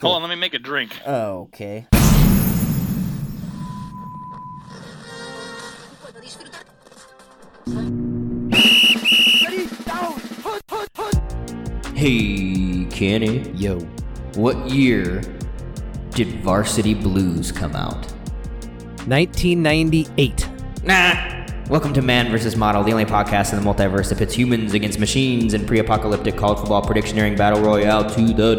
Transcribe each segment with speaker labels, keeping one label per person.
Speaker 1: Hold on, let me make a drink.
Speaker 2: Okay. Hey, Kenny. Yo. What year did Varsity Blues come out?
Speaker 3: 1998.
Speaker 2: Nah. Welcome to Man vs. Model, the only podcast in the multiverse that pits humans against machines in pre apocalyptic college football predictioneering battle royale to the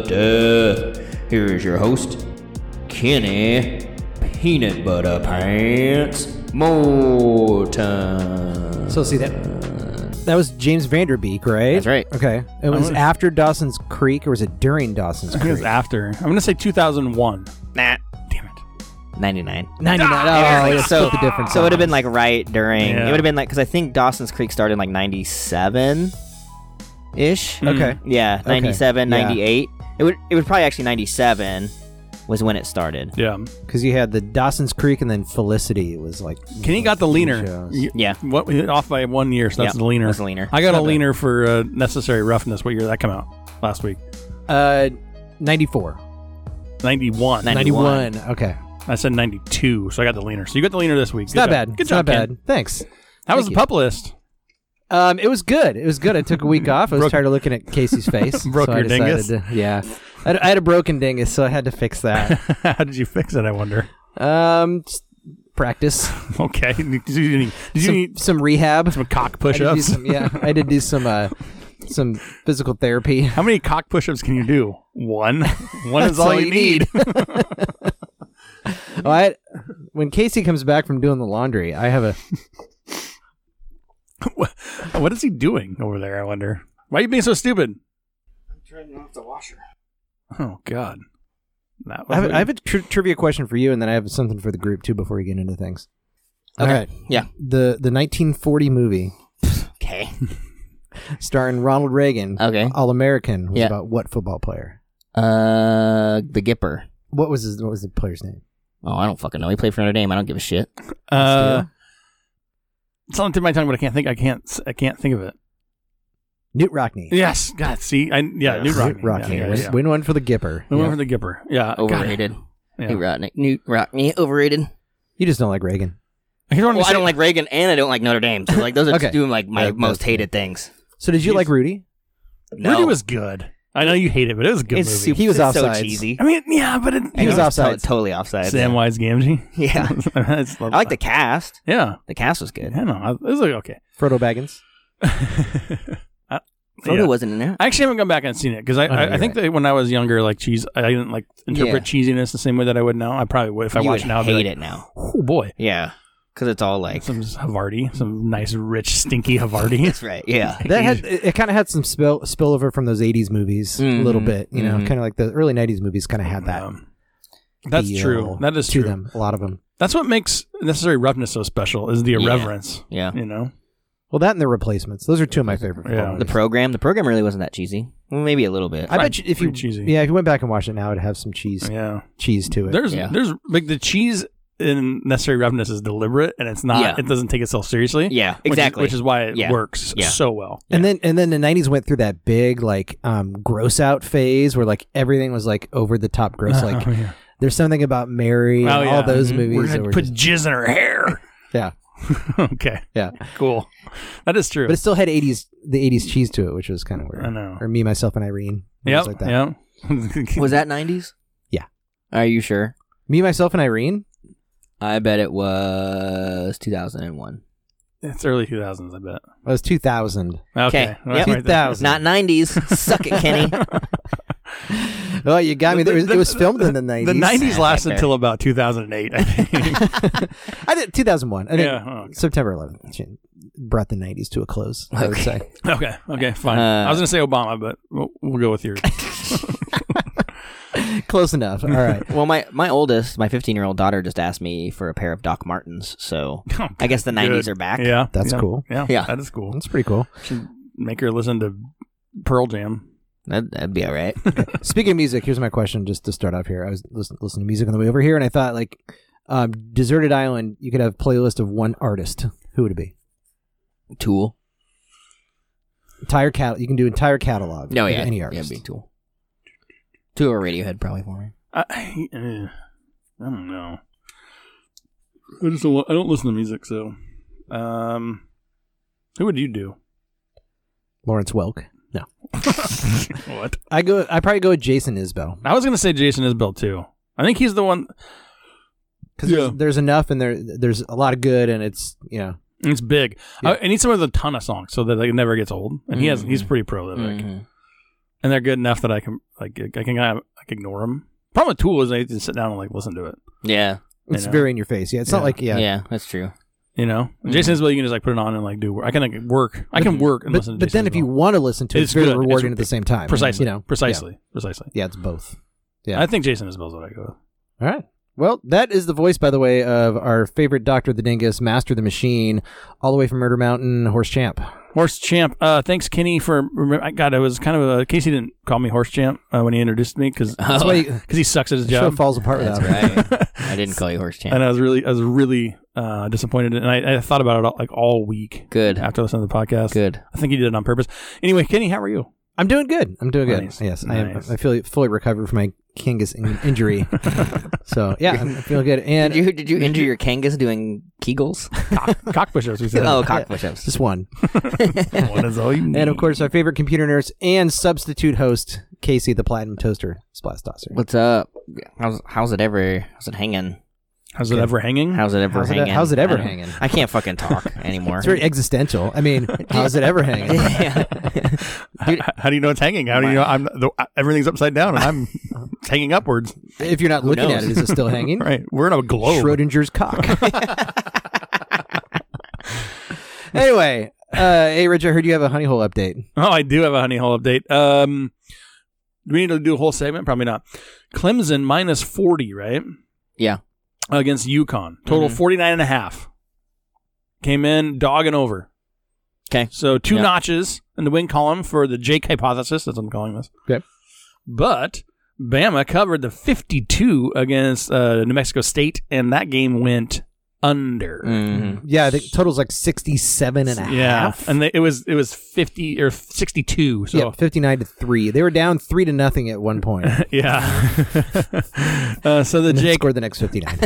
Speaker 2: death. Here is your host, Kenny Peanut Butter Pants Moulton.
Speaker 3: So see that that was James Vanderbeek, right?
Speaker 2: That's right.
Speaker 3: Okay. It was after Dawson's Creek, or was it during Dawson's
Speaker 4: I think it's
Speaker 3: Creek?
Speaker 4: Oh. after. I'm gonna say 2001.
Speaker 2: nah.
Speaker 4: Damn it.
Speaker 2: 99.
Speaker 3: 99. Oh, yeah,
Speaker 2: So,
Speaker 3: split the difference.
Speaker 2: so it would have been like right during. It
Speaker 4: Yeah.
Speaker 2: would have been like because I think Dawson's Creek started in like 97 ish.
Speaker 3: Mm. Okay.
Speaker 2: Yeah, 97,
Speaker 3: Yeah.
Speaker 2: 98. It would it was probably actually 97 was when it started.
Speaker 4: Yeah.
Speaker 3: Because you had the Dawson's Creek and then Felicity was like.
Speaker 4: Kenny got the leaner.
Speaker 3: shows.
Speaker 4: Y-
Speaker 2: Yeah.
Speaker 4: What off by one year, so that's
Speaker 2: Yeah,
Speaker 4: the leaner.
Speaker 2: that's the leaner.
Speaker 4: I got
Speaker 3: Not
Speaker 4: a
Speaker 3: bad.
Speaker 4: leaner for uh, necessary roughness. What year did that come out? Last week.
Speaker 3: Uh, 94.
Speaker 4: 91.
Speaker 2: 91.
Speaker 3: 91. Okay.
Speaker 4: I said 92, so I got the leaner. So you got the leaner this week.
Speaker 3: It's
Speaker 4: Good
Speaker 3: not
Speaker 4: job.
Speaker 3: bad.
Speaker 4: Good
Speaker 3: it's
Speaker 4: job,
Speaker 3: not
Speaker 4: Ken.
Speaker 3: bad. Thanks.
Speaker 4: How was
Speaker 3: Thank
Speaker 4: the
Speaker 3: you.
Speaker 4: pup list?
Speaker 3: Um, it was good. It was good. I took a week off. I was tired of looking at Casey's face.
Speaker 4: Broke
Speaker 3: so I
Speaker 4: your
Speaker 3: decided
Speaker 4: dingus?
Speaker 3: To, yeah. I, had- I had a broken dingus, so I had to fix that.
Speaker 4: How did you fix it? I wonder.
Speaker 3: um, s- practice.
Speaker 4: Okay. Did you need, did you
Speaker 3: some,
Speaker 4: need
Speaker 3: some rehab.
Speaker 4: some cock
Speaker 3: I did do
Speaker 4: push-ups?
Speaker 3: some, yeah, I did do some uh, some physical therapy.
Speaker 4: How many cock push-ups can you do? One. One is
Speaker 3: That's
Speaker 4: all you need.
Speaker 3: Oh, I, when Casey comes back from doing the laundry, I have a
Speaker 4: what is he doing over there? I wonder. Why are you being so stupid? I'm turning off the washer. Oh God. That
Speaker 3: I
Speaker 4: was
Speaker 3: have,
Speaker 4: weird.
Speaker 3: I have a tri- trivia question for you, and then I have something for the group too before we get into things. All right,
Speaker 2: Yeah.
Speaker 3: the the 1940 movie
Speaker 2: Okay.
Speaker 3: starring Ronald Reagan,
Speaker 2: Okay.
Speaker 3: All American, was
Speaker 2: Yeah.
Speaker 3: about what football player?
Speaker 2: Uh, the Gipper.
Speaker 3: What was his, what was the player's name?
Speaker 2: Oh, I don't fucking know. He played for Notre Dame. I don't give a shit.
Speaker 4: Uh, something to my tongue, but I can't think. I can't. s- I can't think of it.
Speaker 3: Newt Rockney.
Speaker 4: Yes. God. See. I yeah.
Speaker 2: Yeah.
Speaker 4: New
Speaker 3: Newt
Speaker 4: Rockney.
Speaker 3: Rockney.
Speaker 4: Yeah, yeah,
Speaker 3: win,
Speaker 4: yeah.
Speaker 3: win one for the Gipper.
Speaker 4: We went
Speaker 3: Yeah.
Speaker 4: for the Gipper. Yeah. God.
Speaker 2: Overrated.
Speaker 4: Yeah.
Speaker 2: Newt Rodney. Newt Rodney. Overrated.
Speaker 3: You just don't like Reagan.
Speaker 4: Here's what I'm
Speaker 2: Well, I
Speaker 4: saying.
Speaker 2: don't like Reagan and I don't like Notre Dame. So like those are
Speaker 3: Okay.
Speaker 2: two like my
Speaker 3: Yeah,
Speaker 2: most
Speaker 3: that's-
Speaker 2: hated things.
Speaker 3: So did you
Speaker 4: He's-
Speaker 3: like Rudy?
Speaker 2: No.
Speaker 4: Rudy was good. I know you hate it, but it was a good
Speaker 2: it's
Speaker 4: movie.
Speaker 2: super,
Speaker 3: He was
Speaker 2: it's so
Speaker 3: offsides.
Speaker 2: cheesy.
Speaker 4: I mean, yeah, but it,
Speaker 2: I
Speaker 3: He
Speaker 2: know,
Speaker 3: was
Speaker 2: it's to-
Speaker 3: offsides.
Speaker 2: totally offside.
Speaker 4: Samwise Gamgee.
Speaker 2: Yeah.
Speaker 4: It's-
Speaker 2: I like the cast.
Speaker 4: Yeah.
Speaker 2: The cast was good.
Speaker 4: I don't know. It was like, okay.
Speaker 3: Frodo Baggins.
Speaker 4: I-
Speaker 2: Frodo
Speaker 4: yeah.
Speaker 2: wasn't in there.
Speaker 4: I actually haven't gone back and seen it because I,
Speaker 3: Oh,
Speaker 4: I,
Speaker 3: you're
Speaker 4: I think that when I was younger, like cheese, I didn't like interpret cheesiness the same way that I would now. I probably would if I
Speaker 2: you
Speaker 4: watched
Speaker 2: would
Speaker 4: it now. I'd be
Speaker 2: hate
Speaker 4: like,
Speaker 2: it now.
Speaker 4: Oh boy,
Speaker 2: Yeah, because it's all like
Speaker 4: some Havarti, some nice, rich, stinky Havarti.
Speaker 2: that's right. Yeah,
Speaker 3: That had it, kind of had some spill spillover from those '80s movies a little
Speaker 2: Mhm,
Speaker 3: bit, you know,
Speaker 2: mhm.
Speaker 3: kind of like the early '90s movies kind of had that.
Speaker 4: Um, that's
Speaker 3: feel
Speaker 4: true. That is
Speaker 3: to
Speaker 4: true.
Speaker 3: them. A lot of them.
Speaker 4: That's what makes necessary roughness so special is the
Speaker 2: Yeah.
Speaker 4: irreverence.
Speaker 2: yeah.
Speaker 4: You know,
Speaker 3: Well, that and the replacements. Those are two of my favorite.
Speaker 4: Yeah.
Speaker 3: films.
Speaker 2: The program, the program really wasn't that cheesy. Well, maybe a little bit.
Speaker 3: I bet you if you
Speaker 4: Pretty cheesy.
Speaker 3: yeah if you went back and watched it now, it'd have some cheese
Speaker 4: yeah.
Speaker 3: cheese to it.
Speaker 4: There's
Speaker 2: Yeah.
Speaker 4: there's like the cheese in necessary roughness is deliberate and it's not.
Speaker 2: Yeah.
Speaker 4: It doesn't take itself seriously.
Speaker 2: yeah,
Speaker 4: Which is-
Speaker 2: exactly.
Speaker 4: Which is, why it
Speaker 2: Yeah.
Speaker 4: works
Speaker 2: Yeah.
Speaker 4: so well.
Speaker 3: and then and then the '90s went through that big like um, gross out phase where like everything was like over the top gross. Like
Speaker 4: Oh, yeah.
Speaker 3: there's something about Mary and
Speaker 4: Oh, yeah.
Speaker 3: all those
Speaker 4: Mhm.
Speaker 3: movies
Speaker 4: We're
Speaker 3: that
Speaker 4: gonna
Speaker 3: were
Speaker 4: put
Speaker 3: just-
Speaker 4: jizz in her hair.
Speaker 3: yeah,
Speaker 4: okay,
Speaker 3: yeah.
Speaker 4: cool. That is true.
Speaker 3: But it still had '80s the '80s cheese to it, which was kind of weird.
Speaker 4: I know.
Speaker 3: Or me, myself, and Irene.
Speaker 4: Yep.
Speaker 3: movies like that.
Speaker 4: yep.
Speaker 2: was that nineties?
Speaker 3: Yeah.
Speaker 2: Are you sure?
Speaker 3: Me, myself, and Irene.
Speaker 2: I bet it was two thousand and one.
Speaker 4: It's early 2000s, I bet.
Speaker 3: That was 2000.
Speaker 4: Okay.
Speaker 2: Okay.
Speaker 4: Well,
Speaker 2: Yep.
Speaker 4: right there.
Speaker 3: 2000.
Speaker 2: Not nineties. Suck it, Kenny.
Speaker 3: Oh, you got me. There was,
Speaker 4: The-
Speaker 3: it was filmed in the 90s.
Speaker 4: The 90s lasted
Speaker 2: fair.
Speaker 4: until about 2008. I think.
Speaker 3: I did 2001. I think
Speaker 4: Yeah, oh, okay.
Speaker 3: September 11th Shit. brought the 90s to a close. I would say.
Speaker 4: oh, okay. Okay. Fine.
Speaker 2: Uh,
Speaker 4: I was going to say Obama, but we'll, we'll go with yours.
Speaker 3: close enough. All right.
Speaker 2: well, my my oldest, my fifteen year old daughter, just asked me for a pair of Doc Martens. So
Speaker 4: Oh,
Speaker 2: I guess the nineties
Speaker 4: good.
Speaker 2: are back.
Speaker 4: Yeah.
Speaker 3: That's
Speaker 4: yeah,
Speaker 3: cool.
Speaker 4: Yeah.
Speaker 2: Yeah.
Speaker 4: That is cool.
Speaker 3: That's pretty cool.
Speaker 4: Make her listen to Pearl Jam.
Speaker 2: That, that'd be all right.
Speaker 3: Speaking of music, here's my question just to start off here. I was listen, listening to music on the way over here, and I thought, like, um, Deserted Island, you could have a playlist of one artist. Who would it be?
Speaker 2: Tool.
Speaker 3: Entire cat. You can do entire catalog. of
Speaker 2: No, Oh, yeah.
Speaker 3: Any
Speaker 2: Yeah,
Speaker 3: artist.
Speaker 2: it'd be Tool.
Speaker 5: Two over Radiohead probably for me.
Speaker 4: I, I, eh, I don't know. I just don't, li- I don't listen to music, so. Um, who would you do?
Speaker 3: Lawrence Welk. No,
Speaker 4: What?
Speaker 3: I go. I probably go with Jason Isbell
Speaker 4: I was gonna say Jason Isbell too. I think he's the one.
Speaker 3: because
Speaker 4: Yeah.
Speaker 3: there's, there's enough and there there's a lot of good and it's you know
Speaker 4: It's big.
Speaker 3: Yeah.
Speaker 4: I, I need someone with a ton of songs so that it never gets old. And he has. He's
Speaker 5: Mhm.
Speaker 4: pretty prolific,
Speaker 2: Mm-hmm.
Speaker 5: Mhm.
Speaker 4: and they're good enough that I can like I can kind of like ignore them. Problem with Tool is I just sit down and like listen to it.
Speaker 5: Yeah,
Speaker 4: I
Speaker 3: it's
Speaker 4: know.
Speaker 3: very in your face. Yeah, it's
Speaker 4: Yeah.
Speaker 3: not like yeah.
Speaker 5: yeah, that's true.
Speaker 4: You know,
Speaker 5: Mhm.
Speaker 4: Jason Isbell, you can just like put it on and like do. work. I can like work. I can work and
Speaker 3: But,
Speaker 4: listen. to
Speaker 3: but
Speaker 4: Jason
Speaker 3: then if
Speaker 4: Isbell.
Speaker 3: you want to listen to it,
Speaker 4: It's
Speaker 3: it's, very
Speaker 4: good. It's-
Speaker 3: rewarding at the same time.
Speaker 4: precisely,
Speaker 3: You know.
Speaker 4: precisely, precisely.
Speaker 3: Yeah, it's both. Yeah.
Speaker 4: I think Jason Isbell's what I go. with.
Speaker 3: All right. Well, that is the voice, by the way, of our favorite Doctor the Dingus, Master the Machine, all the way from Murder Mountain, Horse Champ.
Speaker 4: Horse Champ. Uh, thanks, Kenny, for. Remember, I- God, it was kind of a. Casey didn't call me Horse Champ uh, when he introduced me because
Speaker 3: That's why you-
Speaker 4: he sucks at his
Speaker 3: the show
Speaker 4: Oh. job.
Speaker 3: falls apart
Speaker 5: That's
Speaker 3: without him.
Speaker 5: right. I didn't call you horse champ.
Speaker 4: And I was really, I was really uh, disappointed, and I, I thought about it all, like all week
Speaker 5: Good,
Speaker 4: after listening to the podcast.
Speaker 5: good.
Speaker 4: I think he did it on purpose. Anyway, Kenny, how are you?
Speaker 3: I'm doing good. I'm doing good.
Speaker 4: Nice.
Speaker 3: Yes, I am.
Speaker 4: Nice.
Speaker 3: I feel fully recovered from my Kingus in- injury. so yeah, I'm feeling good. And
Speaker 5: Did you did you injure your Kangas doing Kegels?
Speaker 4: Cock, cock push-ups, we said.
Speaker 5: oh, cock push-ups.
Speaker 3: just one.
Speaker 4: Well, that's all you need.
Speaker 3: And of course, our favorite computer nurse and substitute host, Casey the Platinum Toaster Splash Tosser.
Speaker 5: What's up? How's how's it ever? How's it hanging?
Speaker 4: how's it ever hanging?
Speaker 5: How's it ever
Speaker 3: How's it-
Speaker 5: hanging?
Speaker 3: how's it ever
Speaker 5: I don't-
Speaker 3: hanging?
Speaker 5: I can't fucking talk anymore.
Speaker 3: It's very existential. I mean, how's it ever hanging?
Speaker 5: Yeah.
Speaker 4: H- how do you know it's hanging? How do you know I'm the, uh, everything's upside down and I'm it's hanging upwards?
Speaker 3: If you're not looking
Speaker 5: knows?
Speaker 3: at it, is it still hanging?
Speaker 4: Right, we're in a globe.
Speaker 3: Schrodinger's cock. anyway, uh, hey Rich, I heard you have a honey hole update.
Speaker 4: Oh, I do have a honey hole update. Um, do we need to do a whole segment? Probably not. Clemson minus 40, right?
Speaker 5: Yeah.
Speaker 4: Against Yukon. Total
Speaker 5: Mhm.
Speaker 3: Mm-hmm.
Speaker 4: 49 and a half. Came in dogging over.
Speaker 5: 'Kay.
Speaker 4: So two
Speaker 5: Yeah.
Speaker 4: notches in the win column for the Jake hypothesis. That's what I'm calling this.
Speaker 3: Okay.
Speaker 4: But Bama covered the 52 against uh, New Mexico State, and that game went under.
Speaker 3: Mm.
Speaker 5: Mhm.
Speaker 3: Yeah, the total's like 67 and a
Speaker 4: yeah,
Speaker 3: half.
Speaker 4: and they, it was it was 50 or 62. So
Speaker 3: yeah, 59 to 3. They were down 3 to nothing at one point. And
Speaker 4: Yeah. uh, so the
Speaker 3: then
Speaker 4: Jake
Speaker 3: scored the next 59.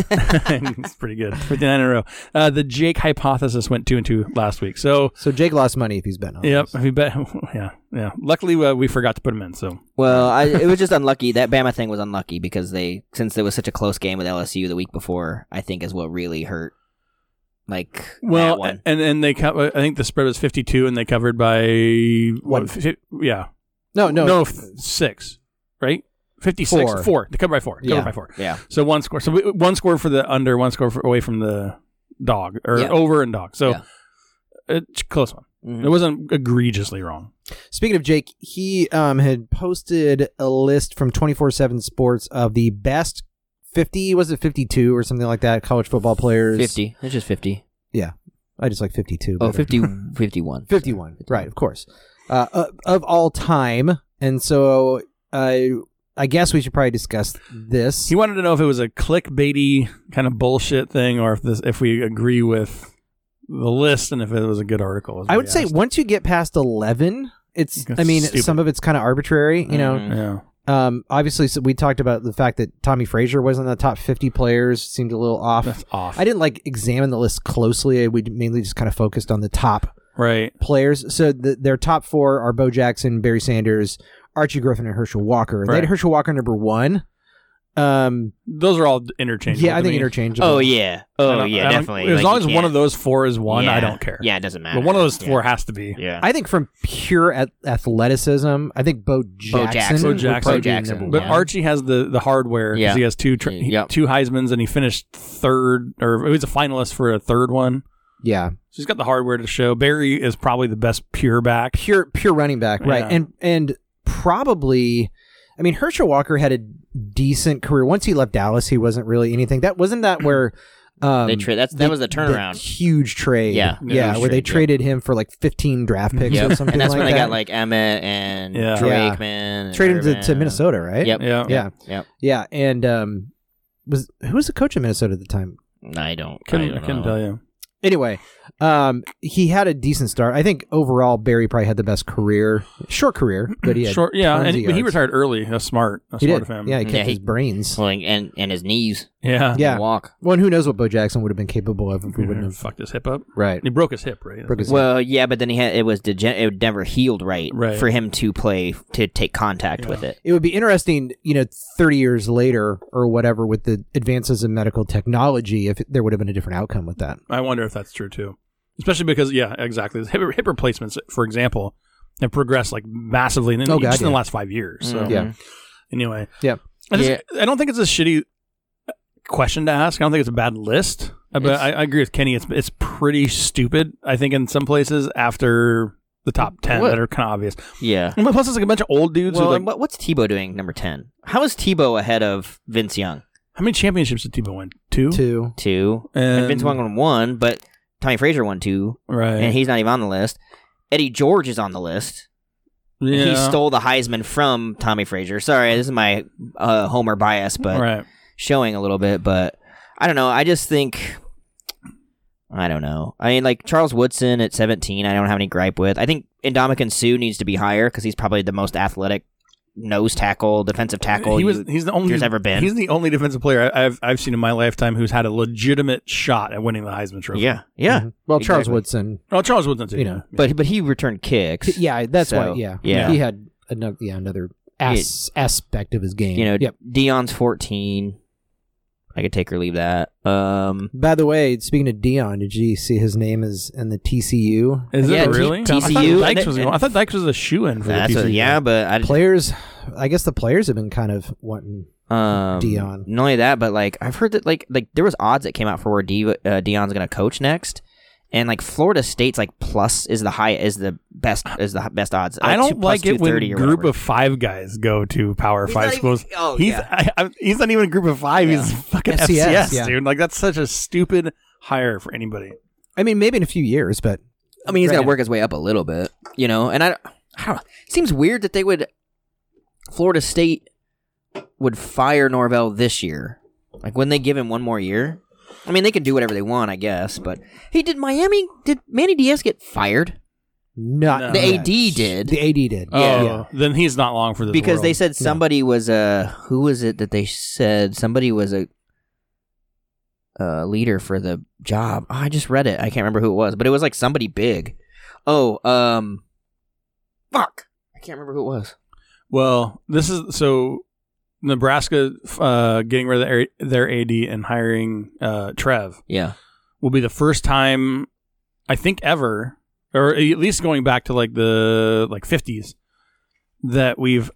Speaker 4: it's pretty good. 59 in a row. Uh, the Jake hypothesis went two and two last week. So
Speaker 3: so Jake lost money if he's betting on
Speaker 4: yep,
Speaker 3: this.
Speaker 4: we bet. Yeah, yeah. Luckily, uh, we forgot to put him in. So
Speaker 5: Well, I, it was just unlucky. That Bama thing was unlucky because they, since it was such a close game with LSU the week before, I think is what really hurt. Like that
Speaker 4: well, uh,
Speaker 5: one.
Speaker 4: and and they co- I think the spread was 52, and they covered by
Speaker 3: One. Oh,
Speaker 4: what, fi- yeah,
Speaker 3: No, no.
Speaker 4: no, f- six, right? 56,
Speaker 3: Four.
Speaker 4: four. They covered by four.
Speaker 3: Yeah.
Speaker 4: Covered by four.
Speaker 5: yeah,
Speaker 4: So one score. So we- one score for the under, one score for, away from the dog or
Speaker 5: Yeah.
Speaker 4: over and dog. So
Speaker 5: Yeah.
Speaker 4: it's a close one.
Speaker 5: Mhm.
Speaker 4: It wasn't egregiously wrong.
Speaker 3: Speaking of Jake, he um, had posted a list from 24 7 Sports of the best 50, was it 52 or something like that, college football players?
Speaker 5: fifty. It's just fifty.
Speaker 3: I just like 52.
Speaker 5: Oh,
Speaker 3: better.
Speaker 5: 50, 51.
Speaker 3: 51 right of course uh, of, of all time and so uh, i guess we should probably discuss this
Speaker 4: He wanted to know if it was a clickbaity kind of bullshit thing, or if this if we agree with the list and if it was a good article. is what
Speaker 3: i would
Speaker 4: he
Speaker 3: say
Speaker 4: asked.
Speaker 3: once you get past 11 it's
Speaker 4: That's
Speaker 3: i mean
Speaker 4: stupid.
Speaker 3: some of it's kind of arbitrary you know
Speaker 5: Mhm.
Speaker 4: yeah,
Speaker 3: um, obviously so we talked about the fact that tommy frazier wasn't in the top 50 players seemed a little off
Speaker 4: that's off.
Speaker 3: i didn't like examine the list closely we mainly just kind of focused on the top
Speaker 4: right?
Speaker 3: players so the, their top four are bo jackson barry sanders archie griffin and herschel walker they
Speaker 4: Right.
Speaker 3: had herschel walker number one um,
Speaker 4: Those are all interchangeable.
Speaker 3: Yeah, I
Speaker 4: to
Speaker 3: think
Speaker 4: me.
Speaker 3: interchangeable.
Speaker 5: Oh yeah.
Speaker 4: I
Speaker 5: Oh
Speaker 4: don't-
Speaker 5: yeah,
Speaker 4: I don't-
Speaker 5: definitely.
Speaker 4: As
Speaker 5: Like,
Speaker 4: long
Speaker 5: you
Speaker 4: as one
Speaker 5: can't-
Speaker 4: of those four is one, I
Speaker 5: Yeah.
Speaker 4: don't care.
Speaker 5: Yeah, it doesn't matter.
Speaker 4: but one of those
Speaker 5: Yeah.
Speaker 4: four has to be.
Speaker 5: Yeah.
Speaker 3: I think from pure at- athleticism, I think Bo Jackson,
Speaker 5: Jackson.
Speaker 4: Bo
Speaker 3: would
Speaker 4: Jackson.
Speaker 3: probably
Speaker 5: Bo
Speaker 3: be
Speaker 5: Jackson,
Speaker 3: number
Speaker 4: But
Speaker 3: one.
Speaker 5: Yeah.
Speaker 4: Archie has the the hardware because
Speaker 5: Yeah.
Speaker 4: he has two tr- he-
Speaker 5: Yep.
Speaker 4: two Heisman's and he finished third or he was a finalist for a third one.
Speaker 3: yeah,
Speaker 4: So he's got the hardware to show. Barry is probably the best pure back.
Speaker 3: pure pure running back, right?
Speaker 4: Yeah.
Speaker 3: And and probably, I mean, Herschel Walker had a decent career. Once he left Dallas, he wasn't really anything. That wasn't that where. Um,
Speaker 5: They tra- that's- that was the turnaround.
Speaker 3: huge trade.
Speaker 5: Yeah.
Speaker 3: yeah, Mm-hmm.
Speaker 5: Huge
Speaker 3: where they
Speaker 5: trade,
Speaker 3: traded him for like fifteen draft picks
Speaker 5: Yep.
Speaker 3: or something.
Speaker 5: and that's
Speaker 3: like
Speaker 5: when they
Speaker 3: that.
Speaker 5: got like Emmett and
Speaker 4: Yeah.
Speaker 3: Yeah.
Speaker 5: Drake, man. and
Speaker 3: traded him to, to
Speaker 5: Irvin.
Speaker 3: Minnesota, right?
Speaker 5: Yep.
Speaker 4: Yeah.
Speaker 3: Yeah.
Speaker 5: Yep.
Speaker 3: Yeah, and um, was who was the coach in Minnesota at the time?
Speaker 5: I don't. I
Speaker 4: Couldn't, I
Speaker 5: don't
Speaker 4: couldn't
Speaker 5: know.
Speaker 4: tell you.
Speaker 3: Anyway, um, he had a decent start. I think overall Barry probably had the best career, short career, but he had
Speaker 4: Short, yeah,
Speaker 3: tons
Speaker 4: and
Speaker 3: of
Speaker 4: he, but he
Speaker 3: yards.
Speaker 4: retired early. That's smart. That's
Speaker 3: He
Speaker 4: smart
Speaker 3: did.
Speaker 4: of him.
Speaker 3: Yeah, he
Speaker 2: Yeah,
Speaker 3: kept
Speaker 2: he-
Speaker 3: his brains.
Speaker 2: Like, and and his knees.
Speaker 4: yeah.
Speaker 3: Yeah.
Speaker 2: Walk.
Speaker 3: Well, and who knows what Bo Jackson would have been capable of if we wouldn't
Speaker 4: yeah.
Speaker 3: have.
Speaker 4: Fucked his hip up.
Speaker 3: Right.
Speaker 4: He broke his hip, right?
Speaker 3: Broke his-
Speaker 2: Well, yeah, but then he had it was degen- it never healed right,
Speaker 4: Right.
Speaker 2: for him to play to take contact with it.
Speaker 3: It would be interesting, you know, 30 years later or whatever, with the advances in medical technology, if there would have been a different outcome with that.
Speaker 4: I wonder if that's true too, especially because yeah, exactly. Hip, hip replacements, for example, have progressed like massively in,
Speaker 3: Oh, God,
Speaker 4: just in the
Speaker 3: yeah.
Speaker 4: last five years. So
Speaker 2: Mhm.
Speaker 3: Yeah.
Speaker 4: Anyway,
Speaker 3: Yeah.
Speaker 4: I, just,
Speaker 2: Yeah.
Speaker 4: I don't think it's a shitty question to ask. I don't think it's a bad list. Uh, But
Speaker 2: It's-
Speaker 4: I, I agree with Kenny. It's it's pretty stupid. I think in some places after the top ten
Speaker 2: What?
Speaker 4: that are kind of obvious.
Speaker 2: Yeah.
Speaker 4: And plus, it's like a bunch of old dudes.
Speaker 2: Well,
Speaker 4: with,
Speaker 2: and
Speaker 4: like,
Speaker 2: what, what's Tebow doing number ten? How is Tebow ahead of Vince Young?
Speaker 4: how many championships did Tebow win? Two.
Speaker 3: Two.
Speaker 2: Two.
Speaker 4: And,
Speaker 2: and Vince Young won, but Tommy Frazier won two,
Speaker 4: Right.
Speaker 2: and he's not even on the list. Eddie George is on the list.
Speaker 4: yeah.
Speaker 2: He stole the Heisman from Tommy Frazier. Sorry, this is my uh, Homer bias, but
Speaker 4: right.
Speaker 2: showing a little bit. But I don't know. I just think I don't know. I mean, like Charles Woodson at 17, I don't have any gripe with. I think Indomitian Sue needs to be higher because he's probably the most athletic nose tackle, defensive tackle.
Speaker 4: He was.
Speaker 2: you-
Speaker 4: He's the only.
Speaker 2: there's ever been.
Speaker 4: He's the only defensive player I- I've I've seen in my lifetime who's had a legitimate shot at winning the Heisman Trophy.
Speaker 2: yeah, yeah.
Speaker 3: Mhm. Well, Charles
Speaker 2: exactly.
Speaker 3: Woodson.
Speaker 4: Oh, Charles Woodson too.
Speaker 3: You know,
Speaker 4: yeah.
Speaker 2: But but he returned kicks.
Speaker 3: Yeah, that's
Speaker 2: So,
Speaker 3: why. Yeah.
Speaker 2: yeah.
Speaker 3: He had another, yeah, another as- aspect of his game.
Speaker 2: You know,
Speaker 3: yep.
Speaker 2: Dion's 14. I could take or leave that. Um,
Speaker 3: By the way, speaking of Dion, did you see his name is in the TCU?
Speaker 4: Is
Speaker 2: Yeah,
Speaker 4: it
Speaker 2: T-
Speaker 4: really?
Speaker 2: TCU
Speaker 4: I thought Dykes
Speaker 2: and-
Speaker 4: was, going- I thought Dykes was a shoe in for
Speaker 2: that's
Speaker 4: the
Speaker 2: a,
Speaker 4: TCU.
Speaker 2: yeah, but I just,
Speaker 3: Players, I guess the players have been kind of wanting.
Speaker 2: um,
Speaker 3: Dion.
Speaker 2: Not only that, but like I've heard that like like there was odds that came out for where D, uh, Dion's going to coach next, and like Florida State's like plus is the high is the best is the best odds.
Speaker 4: I
Speaker 2: two,
Speaker 4: don't
Speaker 2: plus
Speaker 4: like it when
Speaker 2: 230 or
Speaker 4: group
Speaker 2: whatever.
Speaker 4: of five guys go to Power
Speaker 2: He's
Speaker 4: Five
Speaker 2: not even-
Speaker 4: schools.
Speaker 2: oh,
Speaker 4: he's
Speaker 2: yeah.
Speaker 4: I, I, he's not even a group of five. He's fucking
Speaker 3: FCS,
Speaker 4: FCS,
Speaker 3: yeah.
Speaker 4: dude. Like that's such a stupid hire for anybody.
Speaker 3: I mean, maybe in a few years, but
Speaker 2: I mean, he's got to
Speaker 3: Right.
Speaker 2: work his way up a little bit, you know. And I, I don't know. It seems weird that they would Florida State would fire Norvell this year. Like when they give him one more year. I mean, they can do whatever they want, I guess. But hey, did Miami? Did Manny Diaz get fired?
Speaker 3: not
Speaker 4: No.
Speaker 2: The
Speaker 3: yet.
Speaker 2: AD did.
Speaker 3: The AD did.
Speaker 4: Oh, then he's not long for this
Speaker 2: because they
Speaker 4: world.
Speaker 2: said somebody was a who was it that they said somebody was a uh, leader for the job. Oh, I just read it. I can't remember who it was, but it was like somebody big. Oh, um, fuck! I can't remember who it was.
Speaker 4: Well, this is so Nebraska uh, getting rid of their, their AD and hiring uh, Trev
Speaker 2: Yeah,
Speaker 4: will be the first time I think ever, or at least going back to like the like fifties, that we've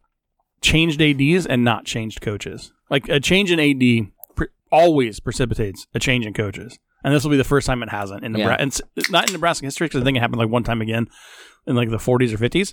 Speaker 4: changed ads and not changed coaches. Like a change in ad pre- always precipitates a change in coaches, and this will be the first time it hasn't in
Speaker 2: Yeah.
Speaker 4: Nebraska. And it's not in Nebraska history because I think it happened like one time again in like the forties or fifties,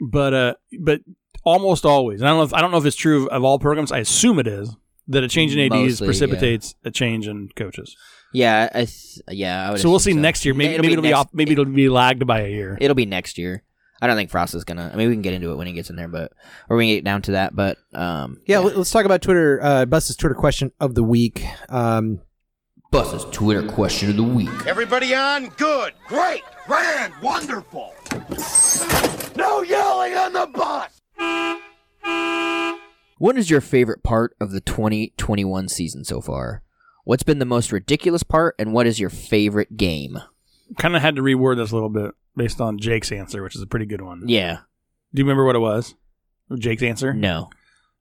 Speaker 4: but uh, but almost always. And I don't know if I don't know if it's true of, of all programs. I assume it is. That a change in ads
Speaker 2: Mostly, yeah.
Speaker 4: precipitates a change in coaches.
Speaker 2: yeah, I th- yeah. I would
Speaker 4: So we'll see
Speaker 2: assume
Speaker 4: next year. Maybe
Speaker 2: It'll
Speaker 4: maybe it'll be
Speaker 2: next-
Speaker 4: off, maybe it'll be lagged by a year.
Speaker 2: It'll be next year. I don't think Frost is gonna. I mean, we can get into it when he gets in there, but or we can get down to that. But um,
Speaker 3: Yeah, let- let's talk about Twitter. Uh, Bus's Twitter question of the week. Um,
Speaker 2: Bus's Twitter question of the week.
Speaker 6: Everybody on? Good. Great. Grand. Wonderful. No yelling on the bus.
Speaker 2: What is your favorite part of the 2021 season so far? What's been the most ridiculous part, and what is your favorite game?
Speaker 4: Kind of had to reword this a little bit based on Jake's answer, which is a pretty good one.
Speaker 2: Yeah. Mm.
Speaker 4: Do you remember what it was? Jake's answer?
Speaker 2: No.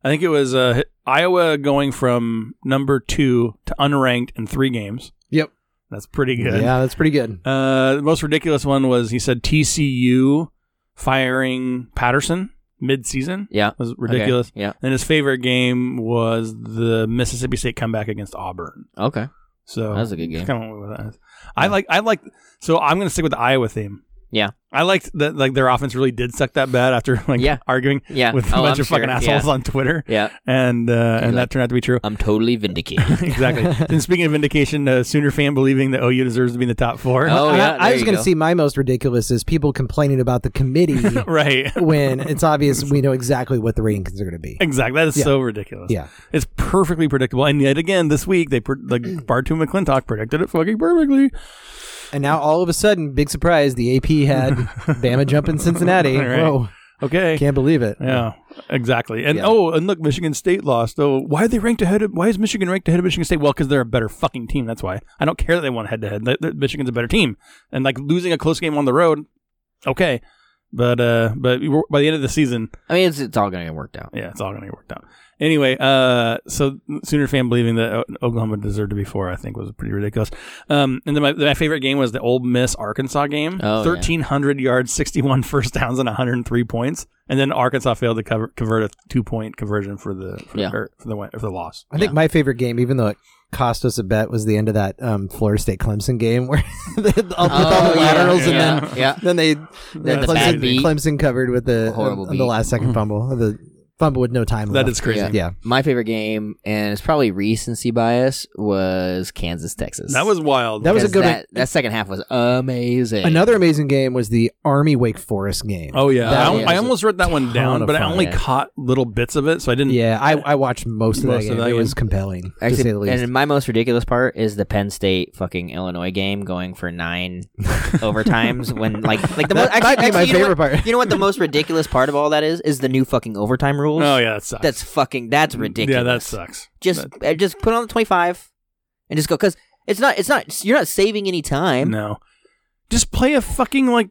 Speaker 4: I think it was uh, Iowa going from number two to unranked in three games.
Speaker 3: Yep.
Speaker 4: That's pretty good.
Speaker 3: Yeah, that's pretty good.
Speaker 4: Uh, the most ridiculous one was he said TCU firing Patterson mid-season.
Speaker 2: Yeah.
Speaker 4: was ridiculous.
Speaker 2: Okay. Yeah.
Speaker 4: And his favorite game was the Mississippi State comeback against Auburn.
Speaker 2: Okay.
Speaker 4: So
Speaker 2: That was a good game.
Speaker 4: Kind of went with that. I like. I like. So I'm going to stick with the Iowa theme.
Speaker 2: Yeah.
Speaker 4: I liked that like their offense really did suck that bad after like
Speaker 2: Yeah.
Speaker 4: arguing
Speaker 2: Yeah.
Speaker 4: with a
Speaker 2: Oh,
Speaker 4: bunch
Speaker 2: I'm
Speaker 4: of fucking
Speaker 2: sure.
Speaker 4: assholes
Speaker 2: Yeah.
Speaker 4: on Twitter.
Speaker 2: Yeah.
Speaker 4: And uh, and that turned out to be true.
Speaker 2: I'm totally vindicated.
Speaker 4: exactly. and speaking of vindication, uh, Sooner fan believing that OU deserves to be in the top four.
Speaker 2: Oh,
Speaker 3: I- I,
Speaker 2: yeah, there
Speaker 3: was
Speaker 2: you
Speaker 3: going to
Speaker 2: go.
Speaker 3: see my most ridiculous is people complaining about the committee
Speaker 4: right.
Speaker 3: when it's obvious we know exactly what the ratings are going to be.
Speaker 4: Exactly. That is
Speaker 3: Yeah.
Speaker 4: so ridiculous.
Speaker 3: Yeah.
Speaker 4: It's perfectly predictable. And yet again, this week, they pre- like Bartu McClintock predicted it fucking perfectly.
Speaker 3: And now all of a sudden, big surprise, the AP had Bama jumping Cincinnati.
Speaker 4: Right.
Speaker 3: Whoa,
Speaker 4: Okay.
Speaker 3: can't believe it.
Speaker 4: yeah, exactly. And
Speaker 3: Yeah.
Speaker 4: oh, and look, Michigan State lost. Oh, why are they ranked ahead of? Why is Michigan ranked ahead of Michigan State? Well, because they're a better fucking team. That's why. I don't care that they won head to head. Michigan's a better team, and like losing a close game on the road, okay. But uh, but we were- by the end of the season,
Speaker 2: I mean, it's, it's all going to get worked out.
Speaker 4: yeah, it's all gonna get worked out. Anyway, uh, so Sooner fan believing that O- Oklahoma deserved to be four, I think, was pretty ridiculous. Um, and then my, my favorite game was the Old Miss Arkansas game,
Speaker 2: Oh, yeah.
Speaker 4: thirteen hundred yards, sixty one first downs, and one hundred and three points. And then Arkansas failed to cover, convert a two point conversion for the for,
Speaker 2: Yeah.
Speaker 4: or for the win- for the loss.
Speaker 3: I think my favorite game, even though it cost us a bet, was the end of that um, Florida State Clemson game where they, with all the
Speaker 2: Oh, yeah,
Speaker 3: laterals and
Speaker 2: yeah,
Speaker 3: then
Speaker 2: yeah.
Speaker 3: then they then
Speaker 4: the bad
Speaker 3: Clemson,
Speaker 2: beat.
Speaker 3: Clemson covered with the
Speaker 2: Horrible
Speaker 3: on the
Speaker 2: beat.
Speaker 3: last second fumble, the fumble with no time
Speaker 4: Mm. That
Speaker 3: left.
Speaker 4: is crazy.
Speaker 2: Yeah.
Speaker 3: yeah.
Speaker 2: My favorite game, and it's probably recency bias, was Kansas Texas.
Speaker 4: That was wild.
Speaker 3: That was a
Speaker 2: Because
Speaker 3: good one.
Speaker 2: That, that second half was amazing.
Speaker 3: Another amazing game was the Army Wake Forest game.
Speaker 4: oh yeah.
Speaker 3: That
Speaker 4: I, al-
Speaker 2: was
Speaker 4: I almost wrote that one down,
Speaker 3: of
Speaker 4: but I
Speaker 3: fun.
Speaker 4: only
Speaker 2: Yeah.
Speaker 4: caught little bits of it, so I didn't.
Speaker 3: Yeah, I, I watched most of that
Speaker 4: Most of
Speaker 3: game.
Speaker 4: that
Speaker 3: it
Speaker 4: game.
Speaker 3: was compelling, to say the
Speaker 2: Actually,
Speaker 3: least.
Speaker 2: and my most ridiculous part is the Penn State fucking Illinois game going for nine overtimes when like like the most
Speaker 3: That
Speaker 2: actually,
Speaker 3: might be my
Speaker 2: actually, you know
Speaker 3: favorite
Speaker 2: what-
Speaker 3: part.
Speaker 2: You know what the most ridiculous part of all that is is the new fucking overtime rules.
Speaker 4: Oh yeah, that sucks.
Speaker 2: That's fucking that's ridiculous.
Speaker 4: Yeah, that sucks.
Speaker 2: Just uh, just put on the twenty five and just go because it's not it's not you're not saving any time.
Speaker 4: No. Just play a fucking like